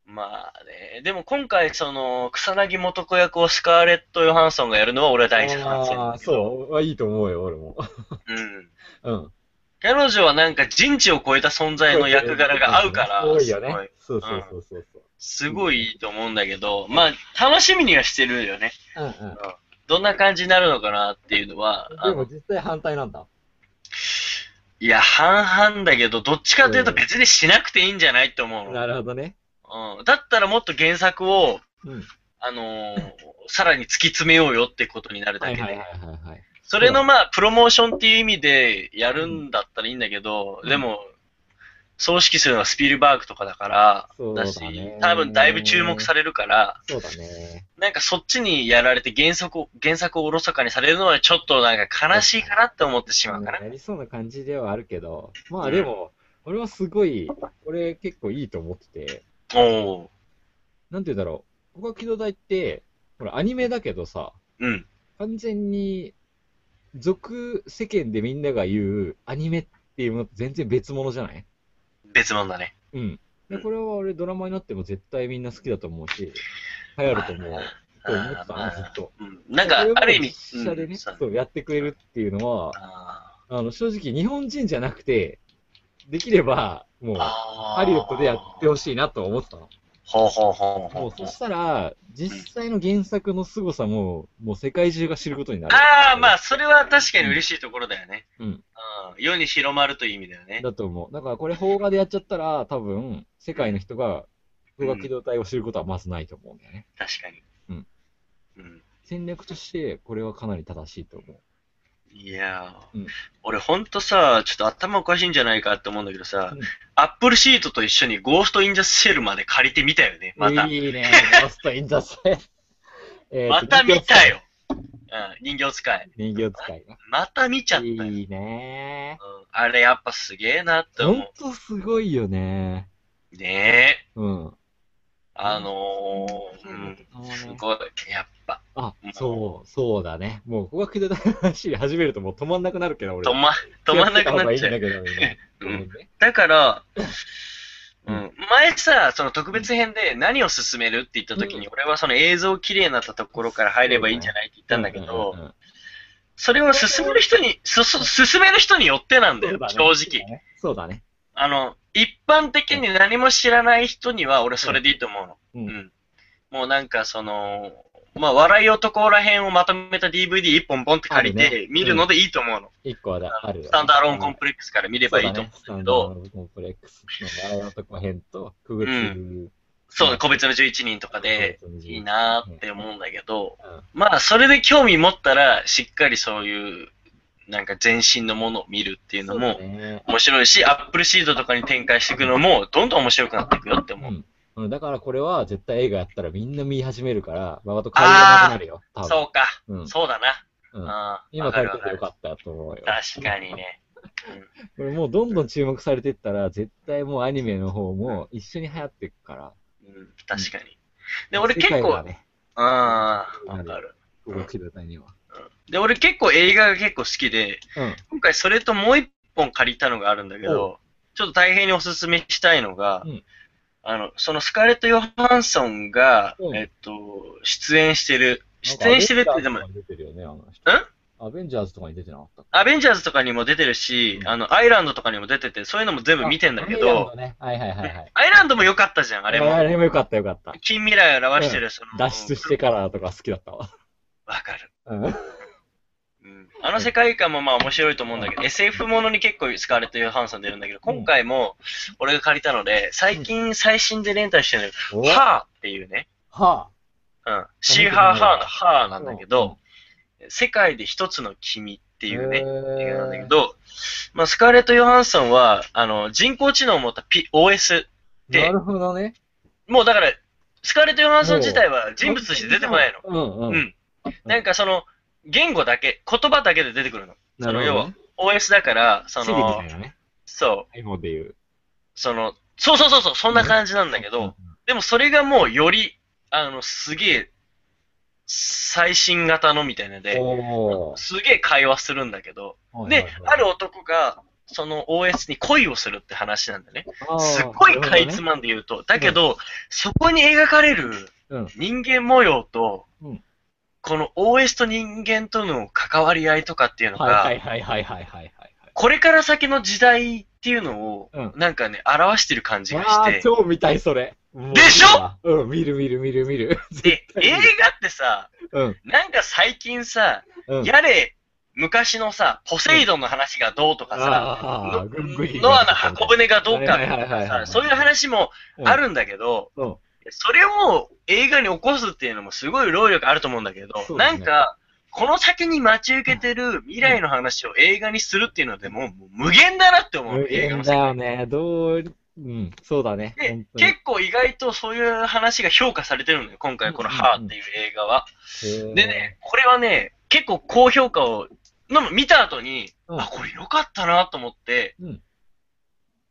まあね、でも今回、その、草薙素子役をスカーレット・ヨハンソンがやるのは俺は大賛成あだあ、けど。そう。いいと思うよ、俺も。うん。うん。彼女はなんか人知を超えた存在の役柄が合うから、多いすよごねい、。そうそうそうそうそう。すごいいいと思うんだけど、まあ、楽しみにはしてるよね。うんうん。どんな感じになるのかなっていうのは、あでのも実際反対なんだ。いや、半々だけど、どっちかというと別にしなくていいんじゃないって思うの。なるほどね。うん、だったらもっと原作を、うん。あのーさらに突き詰めようよってことになるだはけいはで。いはいはいはい。それのまあ、プロモーションっていう意味でやるんだったらいいんだけど、うんでも、そう指揮するのはスピルバーグとかだから、そうだだねし、多分だいぶ注目されるから、そうだね。なんかそっちにやられて原作を、原作をおろそかにされるのはちょっとなんか悲しいかなって思ってしまうかな。やりそうな感じではあるけど、まあでも、俺はすごい、これ結構いいと思ってて、おおなんて言うんだろう、僕は機動隊って、ほら、アニメだけどさ、うん。完全に、俗世間でみんなが言うアニメっていうものと全然別物じゃない別物だね。うん。でこれは俺ドラマになっても絶対みんな好きだと思うし、流行ると思う。と思ってたあの、ーずっと。うんなんか、ある意味、それを実写でうね、んそうそうやってくれるっていうのは、ああの、正直日本人じゃなくて、できれば、もうー、あーハリウッドでやってほしいなと思ってたの。ほうほうほうほもうう、そしたら、実際の原作の凄さも、もう世界中が知ることになる。ああ、まあ、それは確かに嬉しいところだよね。うん。うん世に広まるという意味だよね。だと思う。だからこれ邦画でやっちゃったら、多分、世界の人が、僕が機動隊を知ることはまずないと思うんだよね。確かに。うん。うん。戦略として、これはかなり正しいと思う。いやー、うん俺ほんとさ、ちょっと頭おかしいんじゃないかって思うんだけどさ、うんアップルシートと一緒にゴーストインザシェルまで借りてみたよね、また。いいね、ラストインザス。 *laughs* えーとまた見た。よ。うん、人形使い。人形使いな。また見ちゃったよ。いいね。うんあれやっぱすげえなってほ思んとすごいよね。う。ねえ。うん。あのー、うん、すごい。やっぱ、あ、そう、そうだね。もう、ここが下手な話で始めるともう止まんなくなるけど、俺。止ま、止まんなくなっち気をつけたゃう。方がいいんだけど、今。うんごめんねだから、ううんん、前さ、その特別編で何を進めるって言った時に、う俺はその映像綺麗になったところから入ればいいんじゃないって言ったんだけどう、んそれを進める人に、す、す進める人によってなんだよ、正直。。そうだね。あの、一般的に何も知らない人には俺それでいいと思うの。うんうん。もうなんかその、まあ、笑い男ら辺をまとめた DVD 一本ポンって借りあるねて見るのでいいと思うの。一個はだあるよ。スタンドアローンコンプレックスから見ればいいと思う。そうだねスタンドアローンコンプレックスの笑い男編と、くぐつそうね、個別の11人とかで、個別の11人いいなーって思うんだけど、うんまあ、それで興味持ったら、しっかりそういう、なんか全身のものを見るっていうのもそうだね面白いし、アップルシードとかに展開していくのも、どんどん面白くなっていくよって思う。うん、だからこれは絶対映画やったらみんな見始めるから、ババと会話なくなるよ。多分そうか、うんそうだな。うんあー今わか書いるわてかてよるかったと思うよ。確かにね。これもうどんどん注目されてったら、絶対もうアニメの方も一緒に流行っていくから。うん、確かに。で、俺結世界構、があね、あー、わかる。動きの際には。で、俺結構映画が結構好きで、うん。今回それともう一本借りたのがあるんだけど、ちょっと大変におすすめしたいのが、うんあの、そのスカーレット・ヨハンソンが、うんえっと、出演してる、出演してるってでもなん、かアベンジャーズとかに出てるよね、あの人。んアベンジャーズとかに出てなかったアベンジャーズとかにも出てるし、うんあの、アイランドとかにも出てて、そういうのも全部見てんだアけイランどド、ねはいはいはいはい。アイランドも良かったじゃん、あれあも。れもよかったよかった。近未来を表してる、その、脱出してからとか好きだったわ。わかる。うん。うんあの世界観もまあ面白いと思うんだけど、SF ものに結構スカーレット・ヨハンソン出るんだけど、今回も俺が借りたので、最近最新でレンタルしてるのがおハーっていうね、はうん、シーハーハーのハーなんだけど、世界で一つの君ってていうね、映画なんだけっど、まあ、スカーレット・ヨハンソンは、あの、人工知能を持った P、OS。でなるほどね。もうだから、スカーレット・ヨハンソン自体は人物として出てこないの。の。うんううん。ん。なんかその、言語だけ、言葉だけで出てくるの。なるほどねその要は OS だから、そシリみのたい、なね。そう、 iPhone でいう。その、そうそうそうそう、そんな感じなんだけど、でもそれがもうより、あの、すげえ、最新型のみたいなのうん、で、おすげえ会話するんだけど、ーで、ある男が、その OS に恋をするって話なんだね。すっごいかいつままんで言うと。だけど、そこに描かれるうん人間模様と、うんこの OS と人間との関わり合いとかっていうのが、はいはいはいはいはいはいはい。これから先の時代っていうのを、うんなんかね、表してる感じがあしてー、。超見たい、それ。もうでしうん、見る見る見る見る。で、対映に画ってさ、うん、なんか最近さ、うん。やれ、昔のさ、ポセイドンの話がどうとかさ、あのー、ぐんぐりノアの箱舟がどうかはいはいはいはいはさい、そういう話もあるんだけど、うんうんそれを映画に起こすっていうのもすごい労力あると思うんだけど、そうだなねんか、この先に待ち受けてる未来の話を映画にするっていうのでもうもう無限だなって思う。無映限画のだ世界よね。どう、うん、そうだね。で本、当に結構意外とそういう話が評価されてるのよ、今回この「ハーっていう映画は。でね、これはね、結構高評価を、の見た後に、うんあ、これ良かったなと思って、うん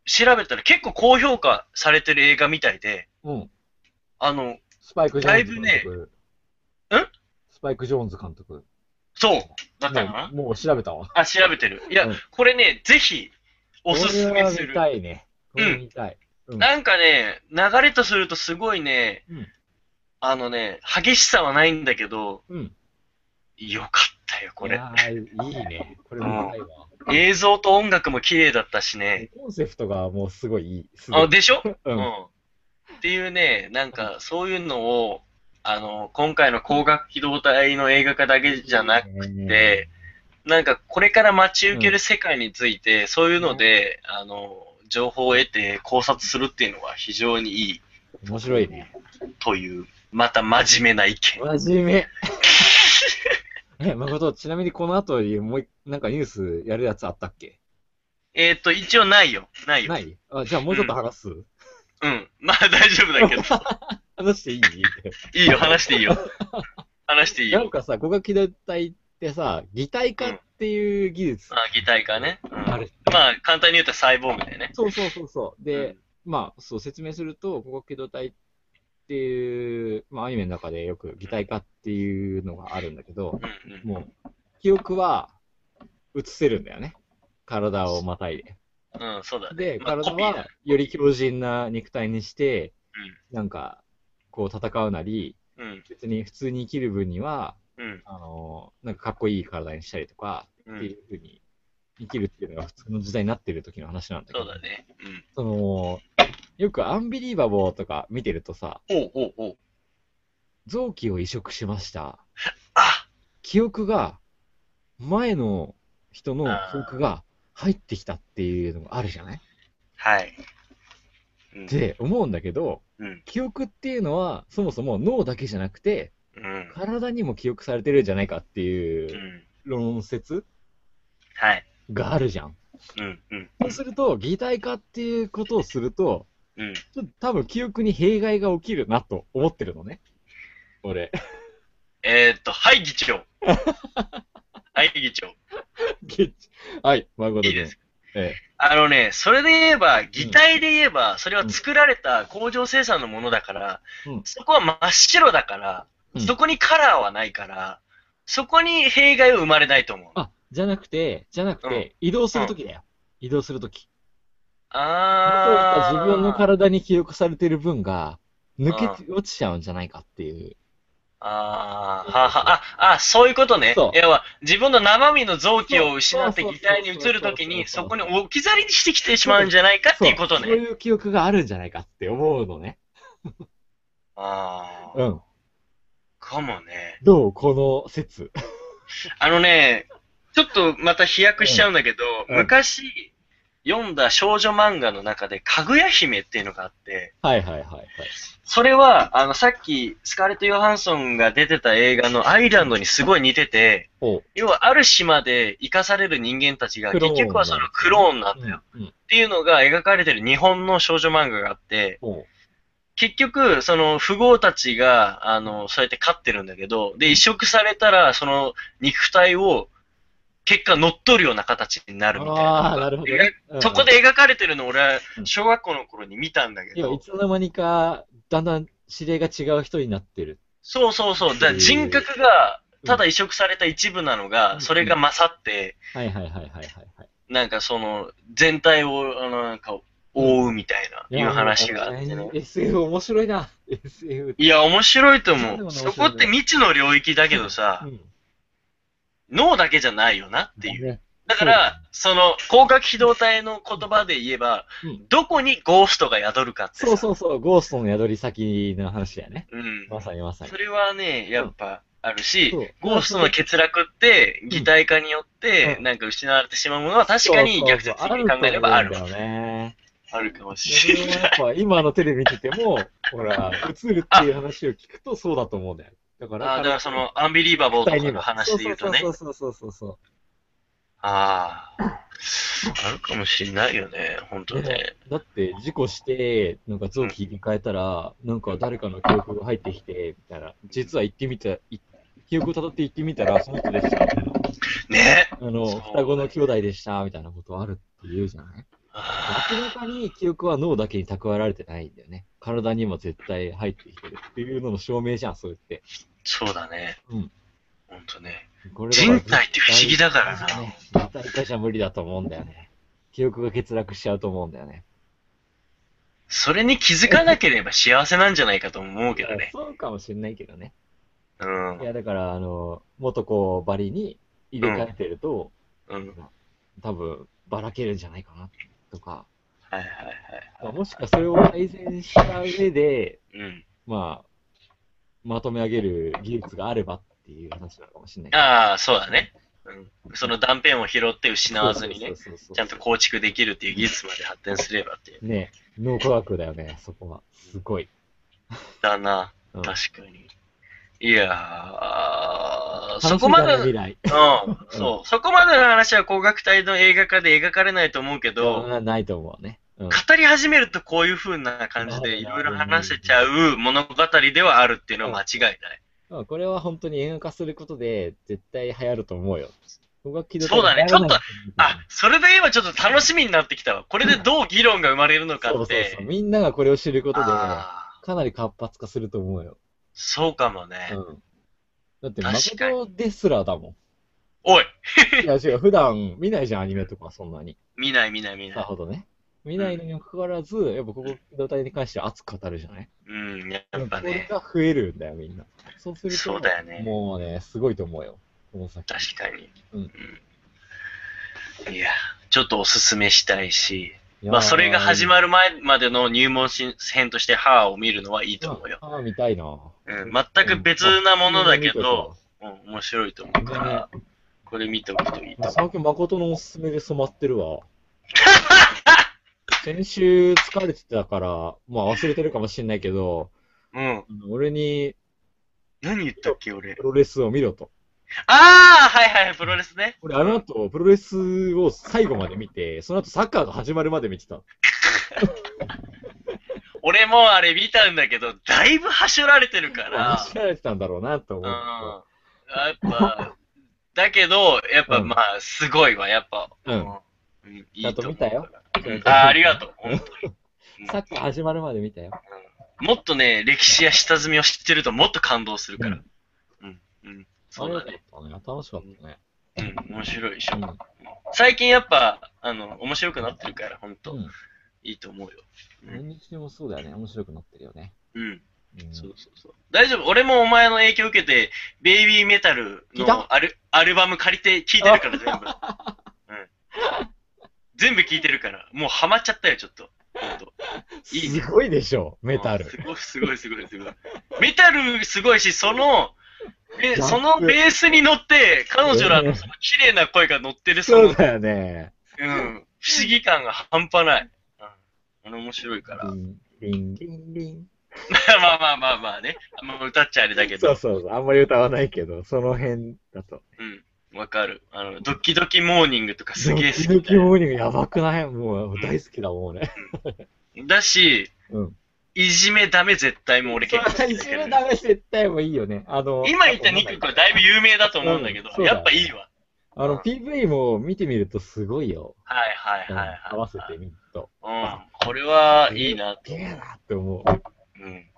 調べたら結構高評価されてる映画みたいで、えーうん。あの、スパイク・ジョーンズ監督。だいぶねんスパイク・ジョーンズ監督。そう、だったかな、もうもう調べたわ。あ、調べてる。いや、うんこれね、ぜひ、おすすめすこれは見る。たいね。これ見たい。うんなんかね、流れとするとすごいね、うんあのね、激しさはないんだけど、うん。よかったよ、こいれ。やーいいね。これ見たいわ。映像と音楽も綺麗だったしね。コンセプトがもうすごいいい。すごいあ、でしょうんうんっていうね、なんかそういうのを、あの、今回の光学機動隊の映画化だけじゃなくて、なんかこれから待ち受ける世界について、そういうので、あの、情報を得て考察するっていうのは非常にいい面白いね。という、また真面目な意見。真面 *laughs* 目。え、誠、ちなみにこの後、もう一、なんかニュースやるやつあったっけえーっと、一応ないよ。ないよ。ないあ、じゃあもうちょっと話す。うん。まあ大丈夫だけど。 *laughs* 話していいいいよ、話していいよ。話していいなんよ。かさ、語学機動隊ってさ、擬態化っていう技術まあ、擬態化ね。うんある。まあ、簡単に言うとサイボーグだよね。そうそうそうそう。で、まあ、そう説明すると、語学機動隊っていう、まあ、アニメの中でよく擬態化っていうのがあるんだけど、うんうんもう、記憶は移せるんだよね。体をまたいで。うん、そうだね。で、まあ体コピーだはより強靭な肉体にして、なんか、こう戦うなり、うん、別に普通に生きる分には、うん、あのなんかかっこいい体にしたりとか、うっていん。うふうに生きるっていうのが普通の時代になってる時の話なんだけそど、うだね。うん。その、よくアンビリーバボーとか見てるとさ、おうおうおう。臓器を移植しました。あ記憶が、前の人の記憶が入ってきたっていうのがあるじゃないはい。うんっ、て思うんだけど、うん、記憶っていうのはそもそも脳だけじゃなくて、うん、体にも記憶されてるんじゃないかってう。いうん論説はい。があるじゃん。うん、うん、そうすると、擬態化っていうことをすると、うん。ちょっと多分記憶に弊害が起きるなと思ってるのね。俺。 *laughs* えー、っと、はい、議 *laughs* 長。はい、議長。はい、誠い君。いですえあのね、それで言えば、擬態で言えば、それは作られた工場生産のものだから、うんそこは真っ白だから、え、そこにカラーはないから、そこに弊害は生まれないと思う。あ、じゃなくて、じゃなくて、移動するときだよ。移動するとき。あー。自分の体に記憶されてる分が、抜け落ちちゃうんじゃないかっていう。ああ、はは、あ、あ、そういうことね。そう要は、自分の生身の臓器を失ってそう擬態に移るときに、そうそそうそうそうこに置き去りにしてきてしまうんじゃないかっていうことそうね。いう記憶があるんじゃないかって思うのね。ああ、うん。かもね。どうこの *laughs* 説。あのね、ちょっとまた飛躍しちゃうんだけど、うん昔読んだ少女漫画の中で、かぐや姫っていうのがあって、はいはいはいはい。それは、あの、さっき、スカーレット・ヨハンソンが出てた映画のアイランドにすごい似てて、おう。要は、ある島で生かされる人間たちが、クローン結局はそのクローンなんだよ。うん。っていうのが描かれてる日本の少女漫画があって、おう。結局、その富豪たちが、あの、そうやって飼ってるんだけど、で、移植されたら、その肉体を、結果乗っ取るような形になるみたいああ、なな。るほどね。うんそこで描かれてるの俺はうん小学校の頃に見たんだけいや、いど、つの間にか、だんだん指令が違う人になってる。そうそうそう、だから人格が、ただ移植された一部なのうが、んそれが勝って、はいはいはいはいはいはい。なんかその、全体を、あの、なんか、覆うみたいな、いう話があってね。 SF 面白いな。SF って。いや、面白いとそうだ思よう。ねそこって未知の領域だけどさう、ん。脳だけじゃないよなっていう。う。だから、その、広角機動隊の言葉で言えば、うんどこにゴーストが宿るかってさ。そうそうそう、ゴーストの宿り先の話だよね。うん。まさにまさにそ。れはね、やっぱあるし、そうゴーストの欠落って、ん擬態化によって、うんなんか失われてしまうものは確かに逆説的に考えればあるそ。うそうあると思うんだよ *laughs* ね。あるかもしそれれもない。 *laughs* やっぱ今のテレビ見てても、ほら、映るっていう話を聞くとそうだと思うんだよ。だから、あだからその、アンビリーバボー絶対とかにのも、話で言うとね。そうそうそうそうそうそうああ。あるかもしんないよね、本当ね。だって、事故して、なんか臓器入れ替えたら、なんか誰かの記憶が入ってきて、みたいな。実は行ってみた、い記憶をたどって行ってみたら、その人でした。ねあの、そう双子の兄弟でした、みたいなことあるって言うじゃないあ明らかに記憶は脳だけに蓄えられてないんだよね。体にも絶対入ってきてるっていうのの証明じゃん、それって。そうだね。うん。ほんとね。これ人体って不思議だからな。ね。人体化じゃ無理だと思うんだよね。記憶が欠落しちゃうと思うんだよね。それに気づかなければ幸せなんじゃないかと思うけどね。そうかもしれないけどね。うんい。や、だから、あの、元子ばりに入れ替えてると、うん。多分、ばらけるんじゃないかな、とか。はいはいはい。まあもしかそれを改善した上で、うん。まあ、まとめ上げる技術があればっていう話なのかもしれないけど。ああ、そうだね。うん。その断片を拾って失わずにね、そうそうそうそうちゃんと構築できるっていう技術まで発展すればっていう。ね脳科学だよね、そこは。すごい。だな。うん確かに。いやー、楽しそいこまだね未で、来。うん、そう。そこまでの話は高学隊の映画化で描かれないと思うけうどん、ないと思うね。うん。語り始めるとこういう風な感じでいろいろ話せちゃう物語ではあるっていうのは間違いない。まあこれは本当に映画化することで、絶対流行ると思うよ。僕は聞いたそうだね流行らないあ、それで言えばちょっと楽しみになってきたわ。これでどう議論が生まれるのかそうそっうそう。て。みんながこれを知ることで、かあーなり活発化すると思うよ。そうかもねう。ん。だって、確かに誠ですらだもおいん。いや、違う。普段見ないじゃん、アニメとかそんなに。見ない見ない見なさい。ほどね。見ないのにもかかわらず、やっぱここ、動体に関しては熱く語るじゃないうん、やっぱね。これが増えるんだよ、みんな。そうすると、そうだよねもうね、すごいと思うよ。この先。確かに。うんうんいや、ちょっとおすすめしたいし、いやーまあそれが始まる前までの入門し編として歯を見るのはいいと思うよ。ああ、見たいな。うん、全く別なものだけど、、うん、面白いと思うでかね、ら、これ見ておくといいと思最近誠のおすすめで染まってる *laughs* わ。先週疲れてたから、まあ忘れてるかもしれないけど、う。うん。あの俺に何言ったっけ、俺プ。ロレスを見ろと。ああはいはい、プロレスね。俺あの後、プロレスを最後まで見て、その後サッカーが始まるまで見てた。俺もあれ見たんだけど、だいぶ端折られてるから。知られてたんだろうなと思うんう。やっぱ、だけど、やっぱ、うんまあ、すごいわ、やっぱ。うんうん。いちゃんと見たよいと思うからうんあありがとう。本当にサッカー始まるまで見たよ。うんもっとね、歴史や下積みを知ってるともっと感動するから。うん。うん。あそれうよだかっね。たね。楽しかったね。うん。面白いでしうょん。。最近やっぱ、あの、面白くなってるから、本当、うんいいと思うよ。何にしてもそうだよね。面白くなってるよね。うん。うんそうそうそう。大丈夫。俺もお前の影響を受けて、ベイビーメタル聞いたのアルアルバム借りて聞いてる *laughs* から、全部。うん。全部聞いてるから。もうハマっちゃったよ、ちょっと。ほんといいねすごいでしょ、メタルうん。すごい、すごい、すごい、すごい。メタルすごいし、その、えギャップそのベースに乗って、彼女らのその綺麗な声が乗ってる、その、そうだよね。うん、不思議感が半端ない。うん。あの、面白いかリら。ン、リン、リン、リン。 *laughs* まあまあまあまあね。あんま歌っちゃあれだけど。そうそうそう、あんまり歌わないけど、その辺だと。うん、わかる。あの、ドキドキモーニングとかすげえ好ドキきドだキよモーニングやばくないもう大好きだもん、俺。だし、うん。いじめダメ絶対も俺結構好きだけど。ダメ絶対もいいよね。あの、今言ったニックはだいぶ有名だと思うんだけど、うんそうだねやっぱいいわ。あの、PV も見てみるとすごいよ。はいはういんはい、はい。合わせてみると。うん、これはいいなとゲー思う。なって思う。うん。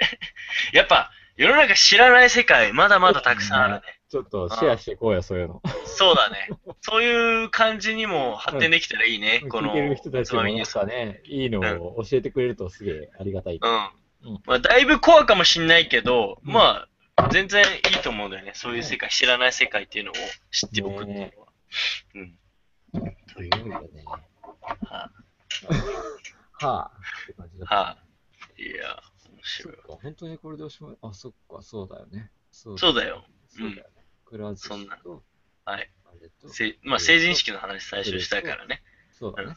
*laughs* やっぱ、世の中知らない世界、まだまだたくさんあるね。ちょっとシェアしていこうよ、そういうの。そうだね。そういう感じにも発展できたらいいね。こ聞いの、てる人たちつまもみニなんュースはかね、いいのを教えてくれるとすげえありがたい。ううんん。まあ、だいぶコアかもしんないけど、うんまあ、全然いいと思うんだよね。そういう世界、知らない世界っていうのを知っておくっていうのは。ねうん。すごいよね。ははあ、って感じだい、った。はい、いや、面そ白っいか。、本当にこれでおしまい。あ、そっか、そうだよね。そうそうだよ。そうだよね。クラウズそんなと、はい。あれと、せまあ、成人式の話最初したからね。そうだね。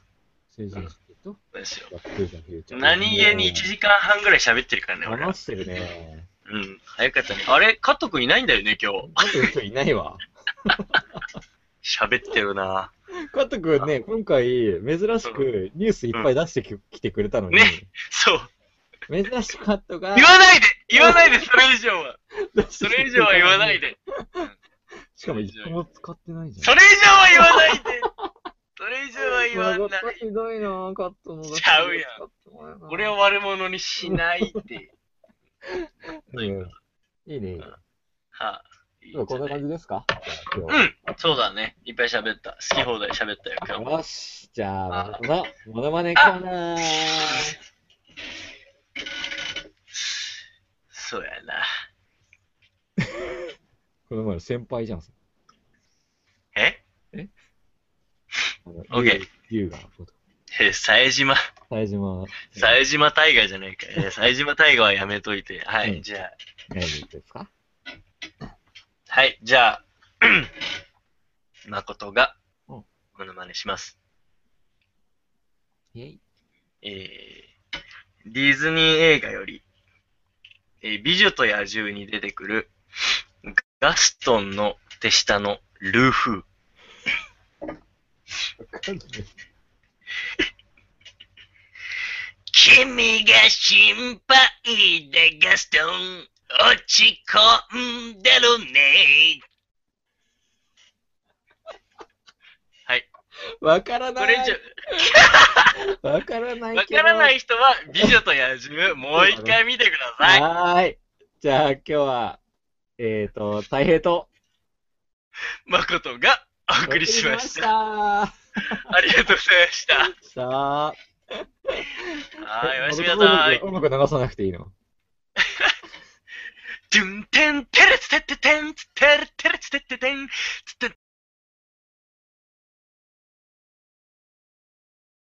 成人式と、そうですよ。バックトゥーザフューチャー何気に1時間半ぐらい喋ってるからね、俺は話してるね。うん。早かったね。あれ、加藤くんいないんだよね、今日。加藤くんいないわ。喋ってるな。加藤くんね、今回、珍しくニュースいっぱい出してき,、てくれたのに、ねそう。珍しくカットが言わないで言わないで、それ以上は。それ以上は言わないで。で。しかも一個も使ってないじゃん。それ以上は言わないで。それ以上は言わ長ない。田ひどいなぁ、カットも。ちゃうやんん俺を悪者にしない *laughs* で。いいね。いいねはあ、いいんじ今日こゃんなない感じですかじゃあうん、そうだね。いっぱい喋った。好き放題喋ったよ、今今日日も。よし、じゃあ、まだモノマネかなーそうやな。この前の先輩じゃん。えオオッケー。龍が、え、冴島。冴島。冴島大河じゃないか。え、冴島大河はやめといて。はうんい、じゃあ。何ですかはい、じゃあ、 *clears throat* 誠が、うんモノマネします。イェイ。えー、ディズニー映画より、えー美女と野獣に出てくる、ガストンの手下のルーフー。君が心配でガストン、落ち込んでるね。わからこなれい以。わからない上、わけかど。らない人は、美女と野獣、もう一回見てください。はーい。じゃあ、今日は、えっ、ー、と、大平と誠がおお送りしました。送ありがとうござりしいました。ました。さあ。はーい、おやすみなさい。音楽流さなくていいの。ドゥンテンテレツテテテンツテレテレツテテテンツテ